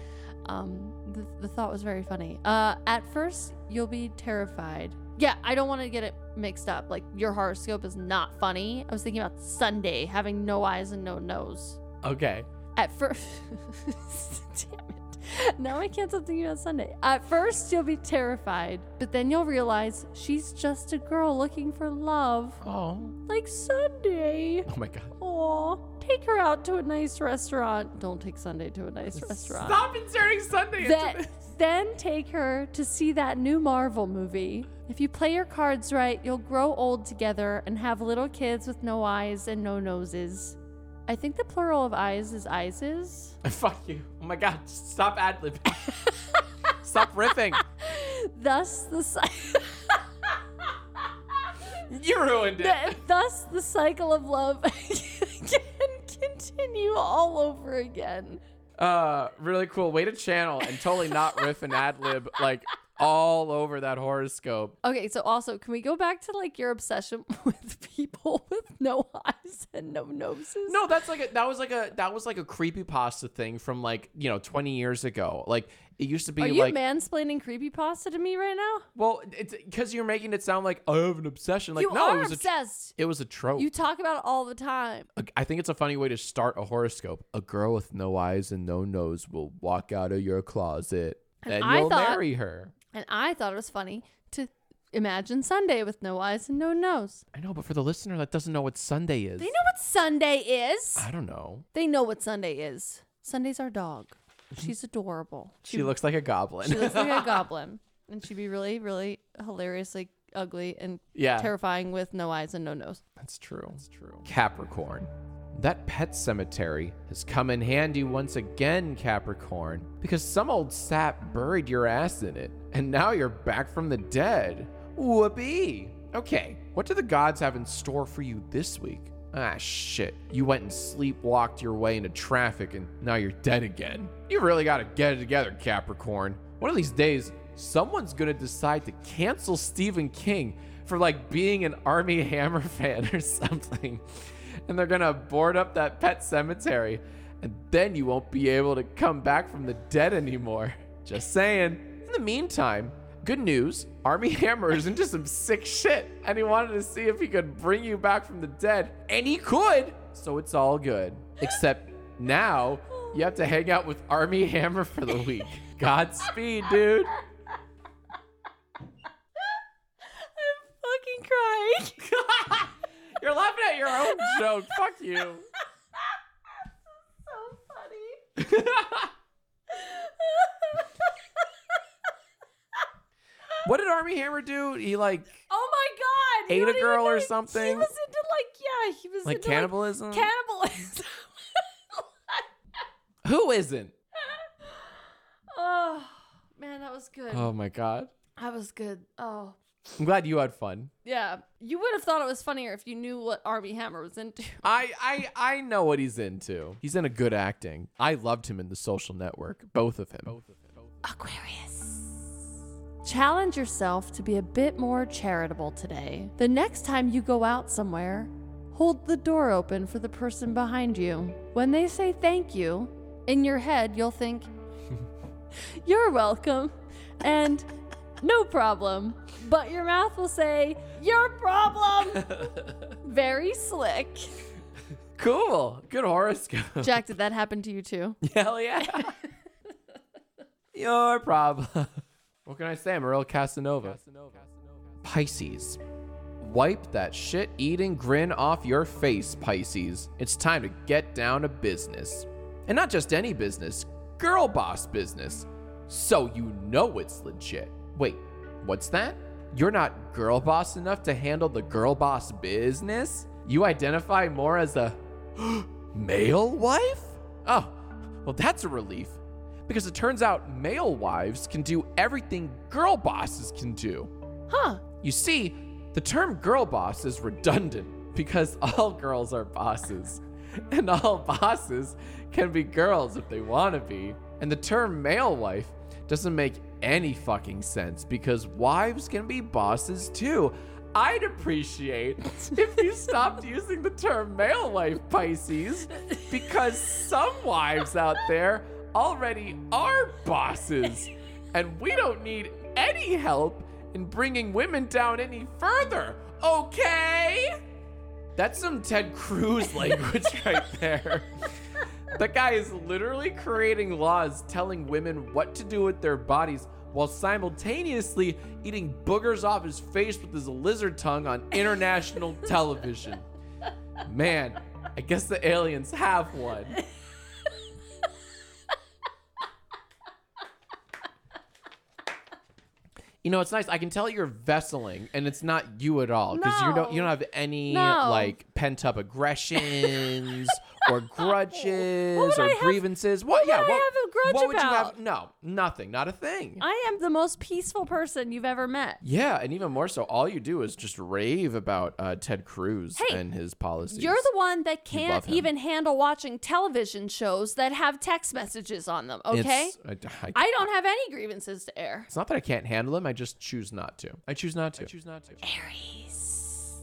Um, the, the thought was very funny. Uh, at first, you'll be terrified. Yeah, I don't want to get it mixed up. Like your horoscope is not funny. I was thinking about Sunday having no eyes and no nose. Okay. At first, *laughs* damn it. Now I can't stop thinking about Sunday. At first, you'll be terrified, but then you'll realize she's just a girl looking for love, Oh. like Sunday. Oh my god. Aw, take her out to a nice restaurant. Don't take Sunday to a nice restaurant Stop inserting Sunday into *laughs* that this. then take her to see that new Marvel movie. If you play your cards right, you'll grow old together and have little kids with no eyes and no noses. I think the plural of eyes is eyeses. *laughs* Fuck you. Oh my god. Stop ad libbing. *laughs* Stop riffing. *laughs* Thus the cy- You ruined it. th- *laughs* thus the cycle of love *laughs* can continue all over again. Uh, really cool. Way to channel and totally not riff and ad lib like all over that horoscope. Okay, so also, can we go back to like your obsession *laughs* with people with no *laughs* eyes and no noses? No, that's like a that was like a that was like a creepy pasta thing from like you know twenty years ago. Like it used to be Are you like mansplaining creepypasta to me right now? well, it's because you're making it sound like I have an obsession. Like you no, are it was a obsessed. It was a trope. you talk about it all the time. I think it's a funny way to start a horoscope. A girl with no eyes and no nose will walk out of your closet and, And I you'll thought- marry her. And I thought it was funny to imagine Sunday with no eyes and no nose. I know, but for the listener that doesn't know what Sunday is, They know what Sunday is. I don't know. They know what Sunday is. Sunday's our dog. Mm-hmm. She's adorable. She looks like a goblin. She looks like a *laughs* goblin. And she'd be really, really hilariously ugly and yeah, *laughs* terrifying with no eyes and no nose. that's true. That's true. Capricorn. That pet cemetery has come in handy once again, Capricorn, because some old sap buried your ass in it, and now you're back from the dead. Whoopee! Okay, what do the gods have in store for you this week? Ah, shit. You went and sleepwalked your way into traffic, and now you're dead again. You really gotta get it together, Capricorn. One of these days, someone's gonna decide to cancel Stephen King for like being an Army *laughs* Hammer fan or something. And they're gonna board up that pet cemetery, and then you won't be able to come back from the dead anymore. Just saying. In the meantime, good news Army *laughs* Hammer is into some sick shit, and he wanted to see if he could bring you back from the dead, and he could! So it's all good. Except now, you have to hang out with Army *laughs* Hammer for the week. Godspeed, dude. Fucking crying. *laughs* You're laughing at your own joke. Fuck you. so funny. *laughs* What did Army Hammer do? He like Oh my god! he Ate a don't even girl or know- He something? was into like yeah, he was like into cannibalism. Like, cannibalism. *laughs* Who isn't? oh man, that was good. Oh my god. That was good. Oh I'm glad you had fun. yeah, you would have thought it was funnier if you knew what Army Hammer was into. I I I know what he's into. He's into good acting. I loved him in The Social Network. Both of him. Aquarius. Challenge yourself to be a bit more charitable today. The next time you go out somewhere, hold the door open for the person behind you. When they say thank you, in your head you'll think, *laughs* You're welcome, and no problem. But your mouth will say, Your *laughs* problem! Very slick. Cool. Good horoscope. Jack, did that happen to you too? Hell yeah. Your problem. *laughs* What can I say? I'm a real Casanova. Pisces. Wipe that shit eating grin off your face, Pisces. It's time to get down to business. And not just any business, girl boss business. So you know it's legit. Wait, what's that? You're not girl boss enough to handle the girl boss business? You identify more as a male wife? Oh, well, that's a relief. Because it turns out male wives can do everything girl bosses can do. *laughs* Huh. You see, the term girl boss is redundant because *laughs* all girls are bosses, and all bosses can be girls if they want to be. And the term male wife doesn't make any fucking sense because wives can be bosses too. I'd appreciate if you stopped using the term male wife, Pisces, because some wives out there already are bosses, and we don't need any help in bringing women down any further, okay? That's some Ted Cruz language right there. That guy is literally creating laws telling women what to do with their bodies while simultaneously eating boogers off his face with his lizard tongue on international television. Man, I guess the aliens have one. You know, it's nice. I can tell you're vesseling, and it's not you at all because you don't you don't have any No. like pent up *laughs* aggressions or What grudges would or I have- grievances. What? what yeah. would I what, have a grudge what would about? you have? No, nothing. Not a thing. I am the most peaceful person you've ever met. yeah, and even more so, all you do is just rave about uh, Ted Cruz Hey, and his policies. You're the one that love can't him. even handle watching television shows that have text messages on them, okay? It's, I- I- I don't have any grievances to air. it's not that I can't handle him. I just choose not to. I choose not to. I choose not to. Aries.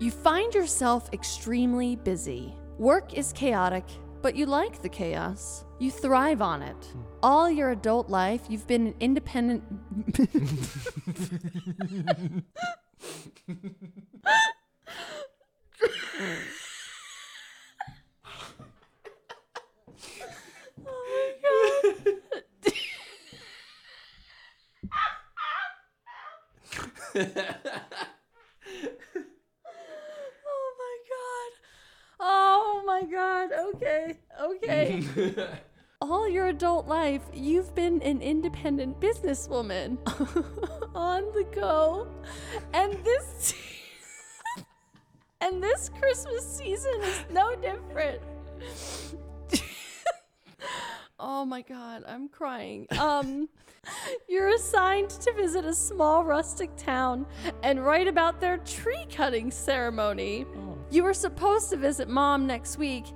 You find yourself extremely busy. Work is chaotic, but you like the chaos. You thrive on Hmm. it. All your adult life, you've been an independent. Oh my god. Oh my god. Okay. Okay. All your adult life, you've been an independent businesswoman *laughs* on the go. And this *laughs* And this Christmas season is no different. *laughs* oh my god, I'm crying. Um you're assigned to visit a small rustic town and write about their tree cutting ceremony. You were supposed to visit mom next week.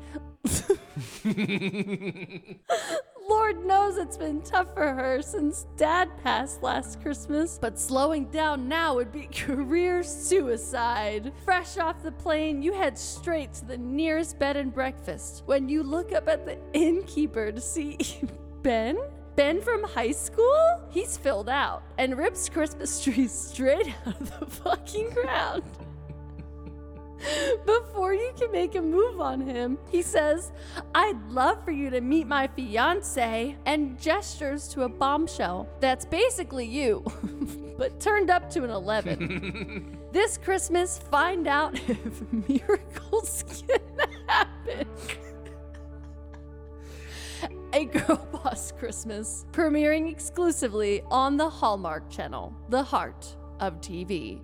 Lord knows it's been tough for her since dad passed last Christmas, but slowing down now would be *laughs* career suicide. Fresh off the plane, you head straight to the nearest bed and breakfast. When you look up at the innkeeper to see *laughs* Ben? Ben from high school? He's filled out and rips Christmas *laughs* trees straight out of the fucking ground. *laughs* Before you can make a move on him, he says, I'd love for you to meet my fiance, and gestures to a bombshell that's basically you, *laughs* but turned up to an 11. this Christmas, find out *laughs* if miracles *laughs* can happen. *laughs* A Girl *laughs* Boss Christmas, premiering exclusively on the Hallmark Channel, the heart of TV.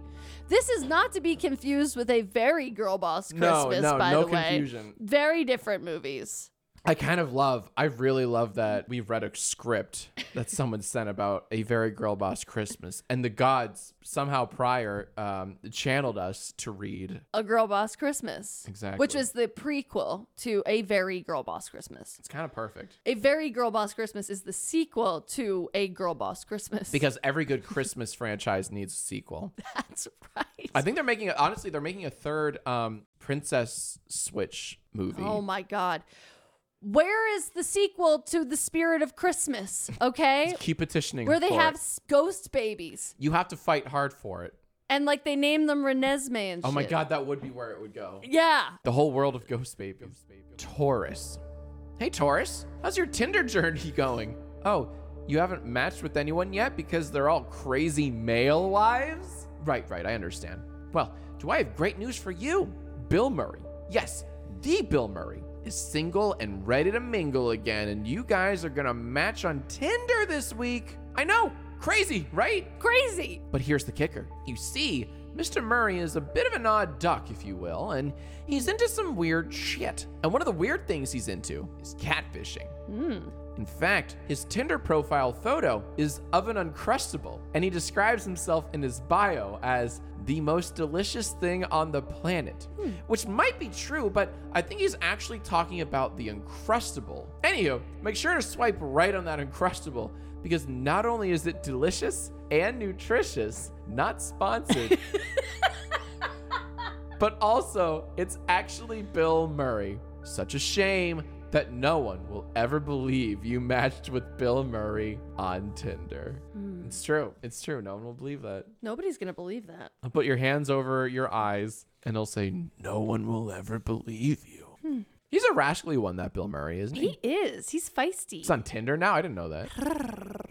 This is not to be confused with a very Girl Boss No, Christmas, no, by no the way. confusion. Very different movies. I kind of love, I really love that we read a script that someone sent about a very girl boss Christmas, and the gods somehow prior um, channeled us to read. A Girl Boss Christmas. Which Exactly. was the prequel to A Very Girl Boss Christmas. It's kind of perfect A Very Girl Boss Christmas is the sequel to A Girl Boss Christmas. because every good Christmas franchise needs a sequel. *laughs* that's right. I think they're making, a, honestly, they're making a third um, Princess Switch movie. Oh my God. Where is the sequel to The Spirit *laughs* of Christmas? Okay. Keep petitioning. Where they for have it. s- ghost babies you have to fight hard for it. and like they name them Renesmee and Oh my shit. god, that would be where it would go. Yeah. The whole world of ghost babies. Taurus. Hey Taurus, how's your Tinder journey going? Oh, you haven't matched with anyone yet because they're all crazy male wives? Right, right, I understand. Well, do I have great news for you? Bill Murray. Yes, the Bill Murray is single and ready to mingle again, and you guys are gonna match on Tinder this week. I know, crazy, right? Crazy. But here's the kicker. You see, Mr. Murray is a bit of an odd duck, if you will, and he's into some weird shit. And one of the weird things he's into is catfishing. In fact, his Tinder profile photo is of an Uncrustable, and he describes himself in his bio as the most delicious thing on the planet, which might be true, but I think he's actually talking about the Uncrustable. Anywho, make sure to swipe right on that Uncrustable because not only is it delicious and nutritious, not sponsored, but also it's actually Bill Murray. Such a shame that no one will ever believe you matched with Bill Murray on Tinder. Hmm. It's true. It's true. No one will believe that. Nobody's going to believe that. I'll put your hands over your eyes and he'll say, No one will ever believe you. He's a rascally one, that Bill Murray, isn't he? Hmm. He is. He's feisty. He's on Tinder now. I didn't know that.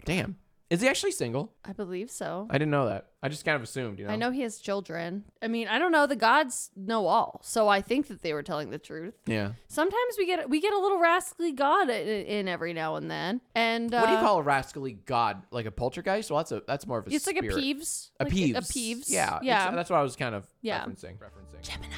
Damn. Is he actually single? I believe so. I didn't know that. I just kind of assumed, you know. I know he has children. I mean, I don't know. The gods know all, so I think that they were telling the truth. Yeah. Sometimes we get we get a little rascally god in, in every now and then. And uh, what do you call a rascally god? Like a poltergeist? Well, that's a that's more of a It's like spirit. a peeves. a like peeves. A peeves. Yeah, uh, Yeah. exa- That's what I was kind of Yeah. referencing. Referencing. Gemini.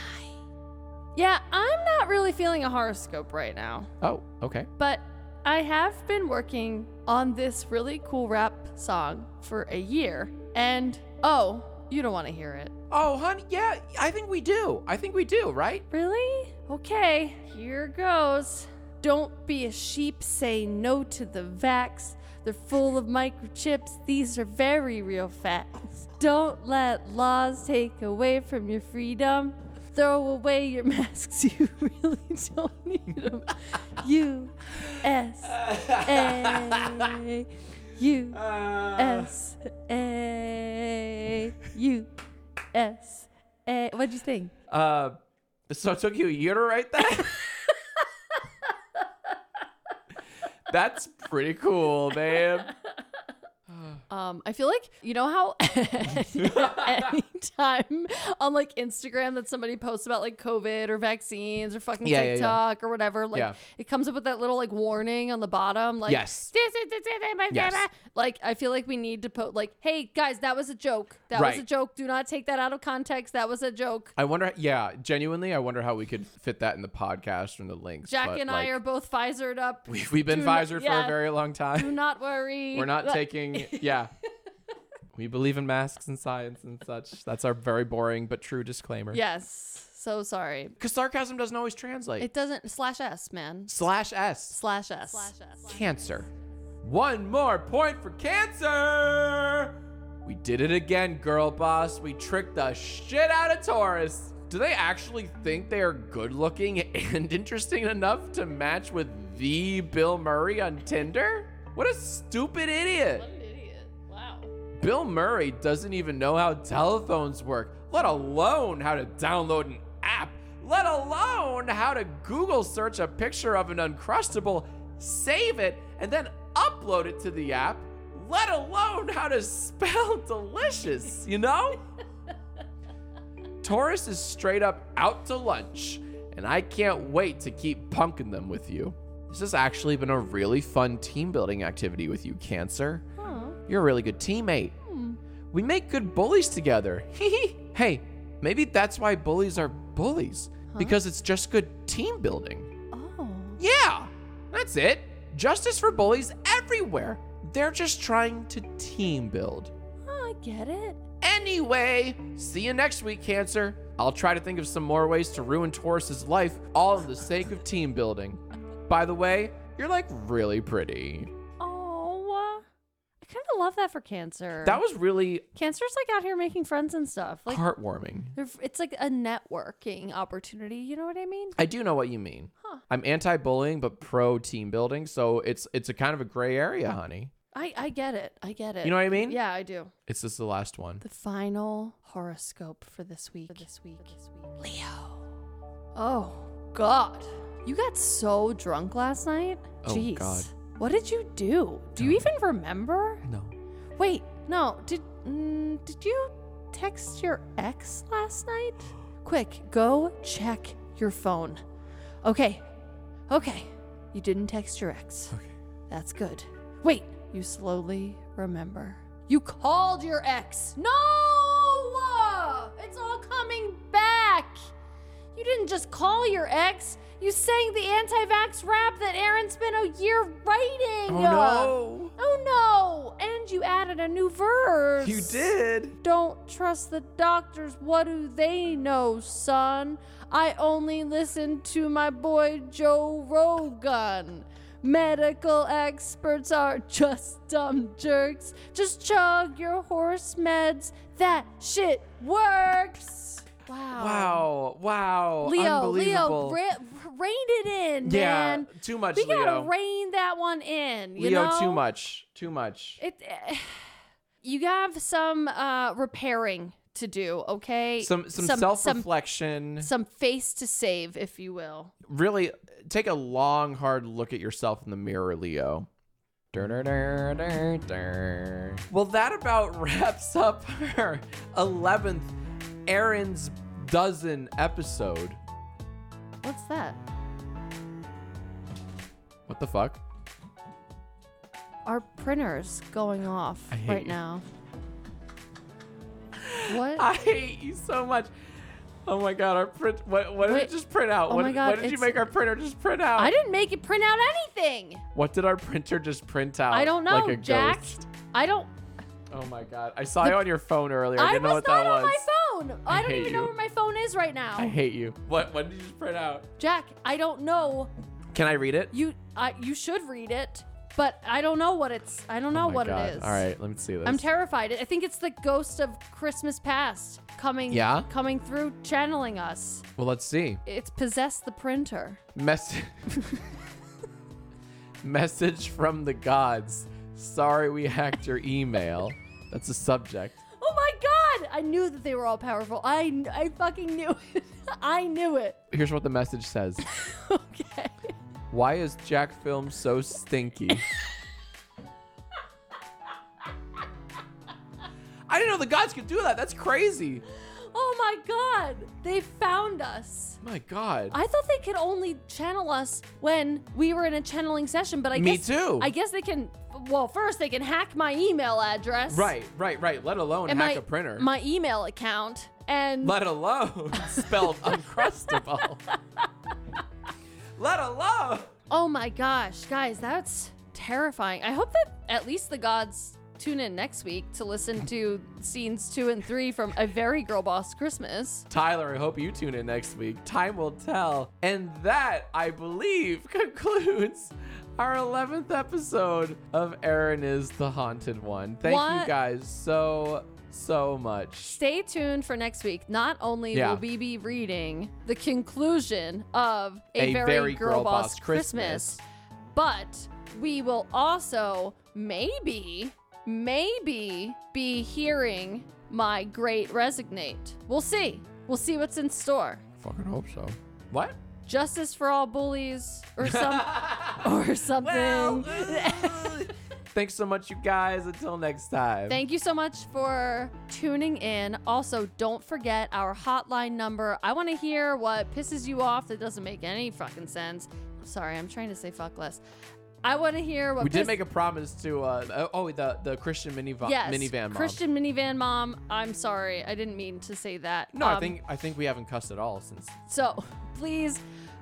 Yeah, I'm not really feeling a horoscope right now, Oh, okay. but I have been working on this really cool rap song for a year, and oh, you don't want to hear it. Oh, honey, yeah, I think we do. I think we do, right? Really? Okay, here goes. Don't be a sheep, say no to the vax. They're full of microchips, these are very real facts. Don't let laws take away from your freedom. Throw away your *laughs* masks, you really don't need them. U S *laughs* A U Uh, S A U S A. What'd you think? Uh, so it took you a year to write that. *laughs* That's pretty cool, man. Um, I feel like you *laughs* know how anytime on like Instagram that somebody posts about like COVID or vaccines or fucking Yeah, yeah, yeah. TikTok or whatever, like Yeah. it comes up with that little like warning on the bottom, *laughs* like Yes. This is- this is- Yes. Like I feel like we need to put like, hey guys, that was a joke. That was a Right. joke. Do not take that out of context. That was a joke. I wonder. Yeah, genuinely, I wonder how we could fit that in the podcast and the links. Jack but, and like, I are both Pfizered up. we- We've been do not- Pfizer for yeah. a very long Do time. not worry. We're not Like- *laughs* taking. Yeah. We believe in masks and science and such. That's our very boring but true disclaimer. Yes. So sorry. Because sarcasm doesn't always translate. It doesn't slash S, man. Slash S. Slash S. Slash S. Cancer. One more point for cancer! We did it again, girl boss. We tricked the shit out of Taurus. Do they actually think they are good looking and *laughs* interesting enough to match with the Bill Murray on Tinder? What a stupid idiot. an idiot. Wow. Bill Murray doesn't even know how telephones work, let alone how to download an app, let alone how to Google search a picture of an Uncrustable, save it, and then upload it to the app, let alone how to spell *laughs* delicious, you know? Taurus is straight up out to lunch, and I can't wait to keep punking them with you. This has actually been a really fun team building activity with you, Cancer. You're a really good teammate. We make good bullies *laughs* together. hey, maybe that's why bullies are bullies, because it's just good team building. Oh. Yeah, that's it. Justice for bullies everywhere. They're just trying to team build. I get it. Anyway, see you next week, Cancer. I'll try to think of some more ways to ruin Taurus's life, all in the sake of team building. By the way, you're like really pretty. Oh. I kind of love that for cancer. That was really Cancer's like out here making friends and stuff. Like heartwarming. they're f- it's like a networking opportunity. You know what I mean? I do know what you mean. Huh. I'm anti-bullying but pro team building, so it's it's a kind of a gray area, honey. I I get it. I get it. You know what I mean? Yeah, I do. It's just the last one. The final horoscope for this week. For this week. Leo. Oh God. You got so drunk last night. Oh, Jeez. God. What did you do? Do you even remember? No. Wait, no. Did mm, did you text your ex last night? Quick, go check your phone. Okay. Okay. You didn't text your ex. Okay. That's good. Wait, you slowly remember. You called your ex. No! It's all coming back. You didn't just call your ex. You sang the anti-vax rap that Aaron spent a year writing. Oh no. Oh no! And you added a new verse. You did. Don't trust the doctors. What do they know, son? I only listen to my boy Joe Rogan. Medical experts are *laughs* just dumb jerks. Just chug your horse meds. That shit works. Wow. Wow. Wow. Oh. Leo, Leo, Unbelievable. re- rein it in, yeah. man. Too much, We Leo. gotta rein that one in. You Leo, know? too much. Too much. It. *sighs* you have some uh, repairing to do, okay? some some, some self-reflection. some face to save, if you will. really take a long, hard look at yourself in the mirror, Leo. Dur-dur-dur-dur-dur. Well, that about *laughs* wraps up our 11th Aaron's Dozen episode. What's that? What the fuck? Our printer's going off I hate right you. *laughs* now. What? I hate you so much. Oh my god, our print. What, what did Wait. it just print out? Oh what, my did- God, what did you it's- make our printer just print out? I didn't make it print out anything. what did our printer just print out? I don't know, like a Jack. Ghost? I don't. Oh my god, I saw The- you on your phone earlier. I I didn't know was what not that on was. my phone. I, I don't hate even know you. where my phone is right now. I hate you. What? What did you just print out? Jack, I don't know. Can I read it? You, I, you should read it, but I don't know what it's. I don't know Oh my what God. it is. All right, let me see this. I'm terrified. I think it's the ghost of Christmas past coming Yeah? coming through channeling us. well, let's see. It's possessed the printer. Mess- *laughs* Message from the gods. Sorry we hacked your email. That's a subject. Oh my god! I knew that they were all powerful. I I fucking knew *laughs* it. I knew it. *laughs* Here's what the message says. Okay. Why is Jack Film so stinky? the gods could do that. That's crazy. Oh my god, they found us. My God. I thought they could only channel us when we were in a channeling session, but I Me guess too. I guess they can. Well, first they can hack my email address, right, right, right. Let alone And hack my a printer. my email account, and Let alone *laughs* spelled uncrustable. Let alone. oh my gosh, guys, that's terrifying. I hope that at least the gods tune in next week to listen to scenes two and three from A Very Girl Boss Christmas. Tyler, I hope you tune in next week. Time will tell. And that, I believe, *laughs* concludes our 11th episode of Aaron is the Haunted One. Thank you What? guys so, so much. Stay tuned for next week. Not only Yeah. will we be reading the conclusion of A, very, Girl, Boss, Christmas, but we will also maybe, maybe be hearing my great resignate. We'll see. We'll see what's in store. Fucking hope so. What? *laughs* Justice for all bullies or some or something. uh, Thanks so much, you guys. Until next time. Thank you so much for tuning in. Also, don't forget our hotline number. I want to hear what pisses you off that doesn't make any fucking sense. Sorry, I'm trying to say fuck less. I want to hear what we did piss- make a promise to uh oh the the Christian minivan yes, minivan mom. Christian minivan mom. I'm sorry, I didn't mean to say that. No, I Um, think I think we haven't cussed at all since. So please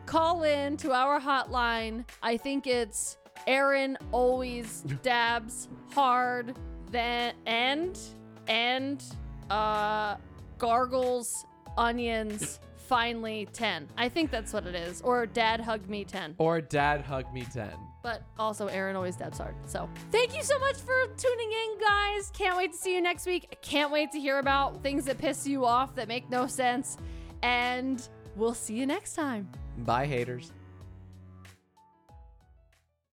call in to our hotline. I think it's Aaron always dabs hard then and and uh gargles onions finally 10. I think that's what it is. Or dad hug me 10. Or Dad hug me ten. But also Aaron always dabs hard. So thank you so much for tuning in guys. Can't wait to see you next week. Can't wait to hear about things that piss you off that make no sense. And we'll see you next time. Bye, haters.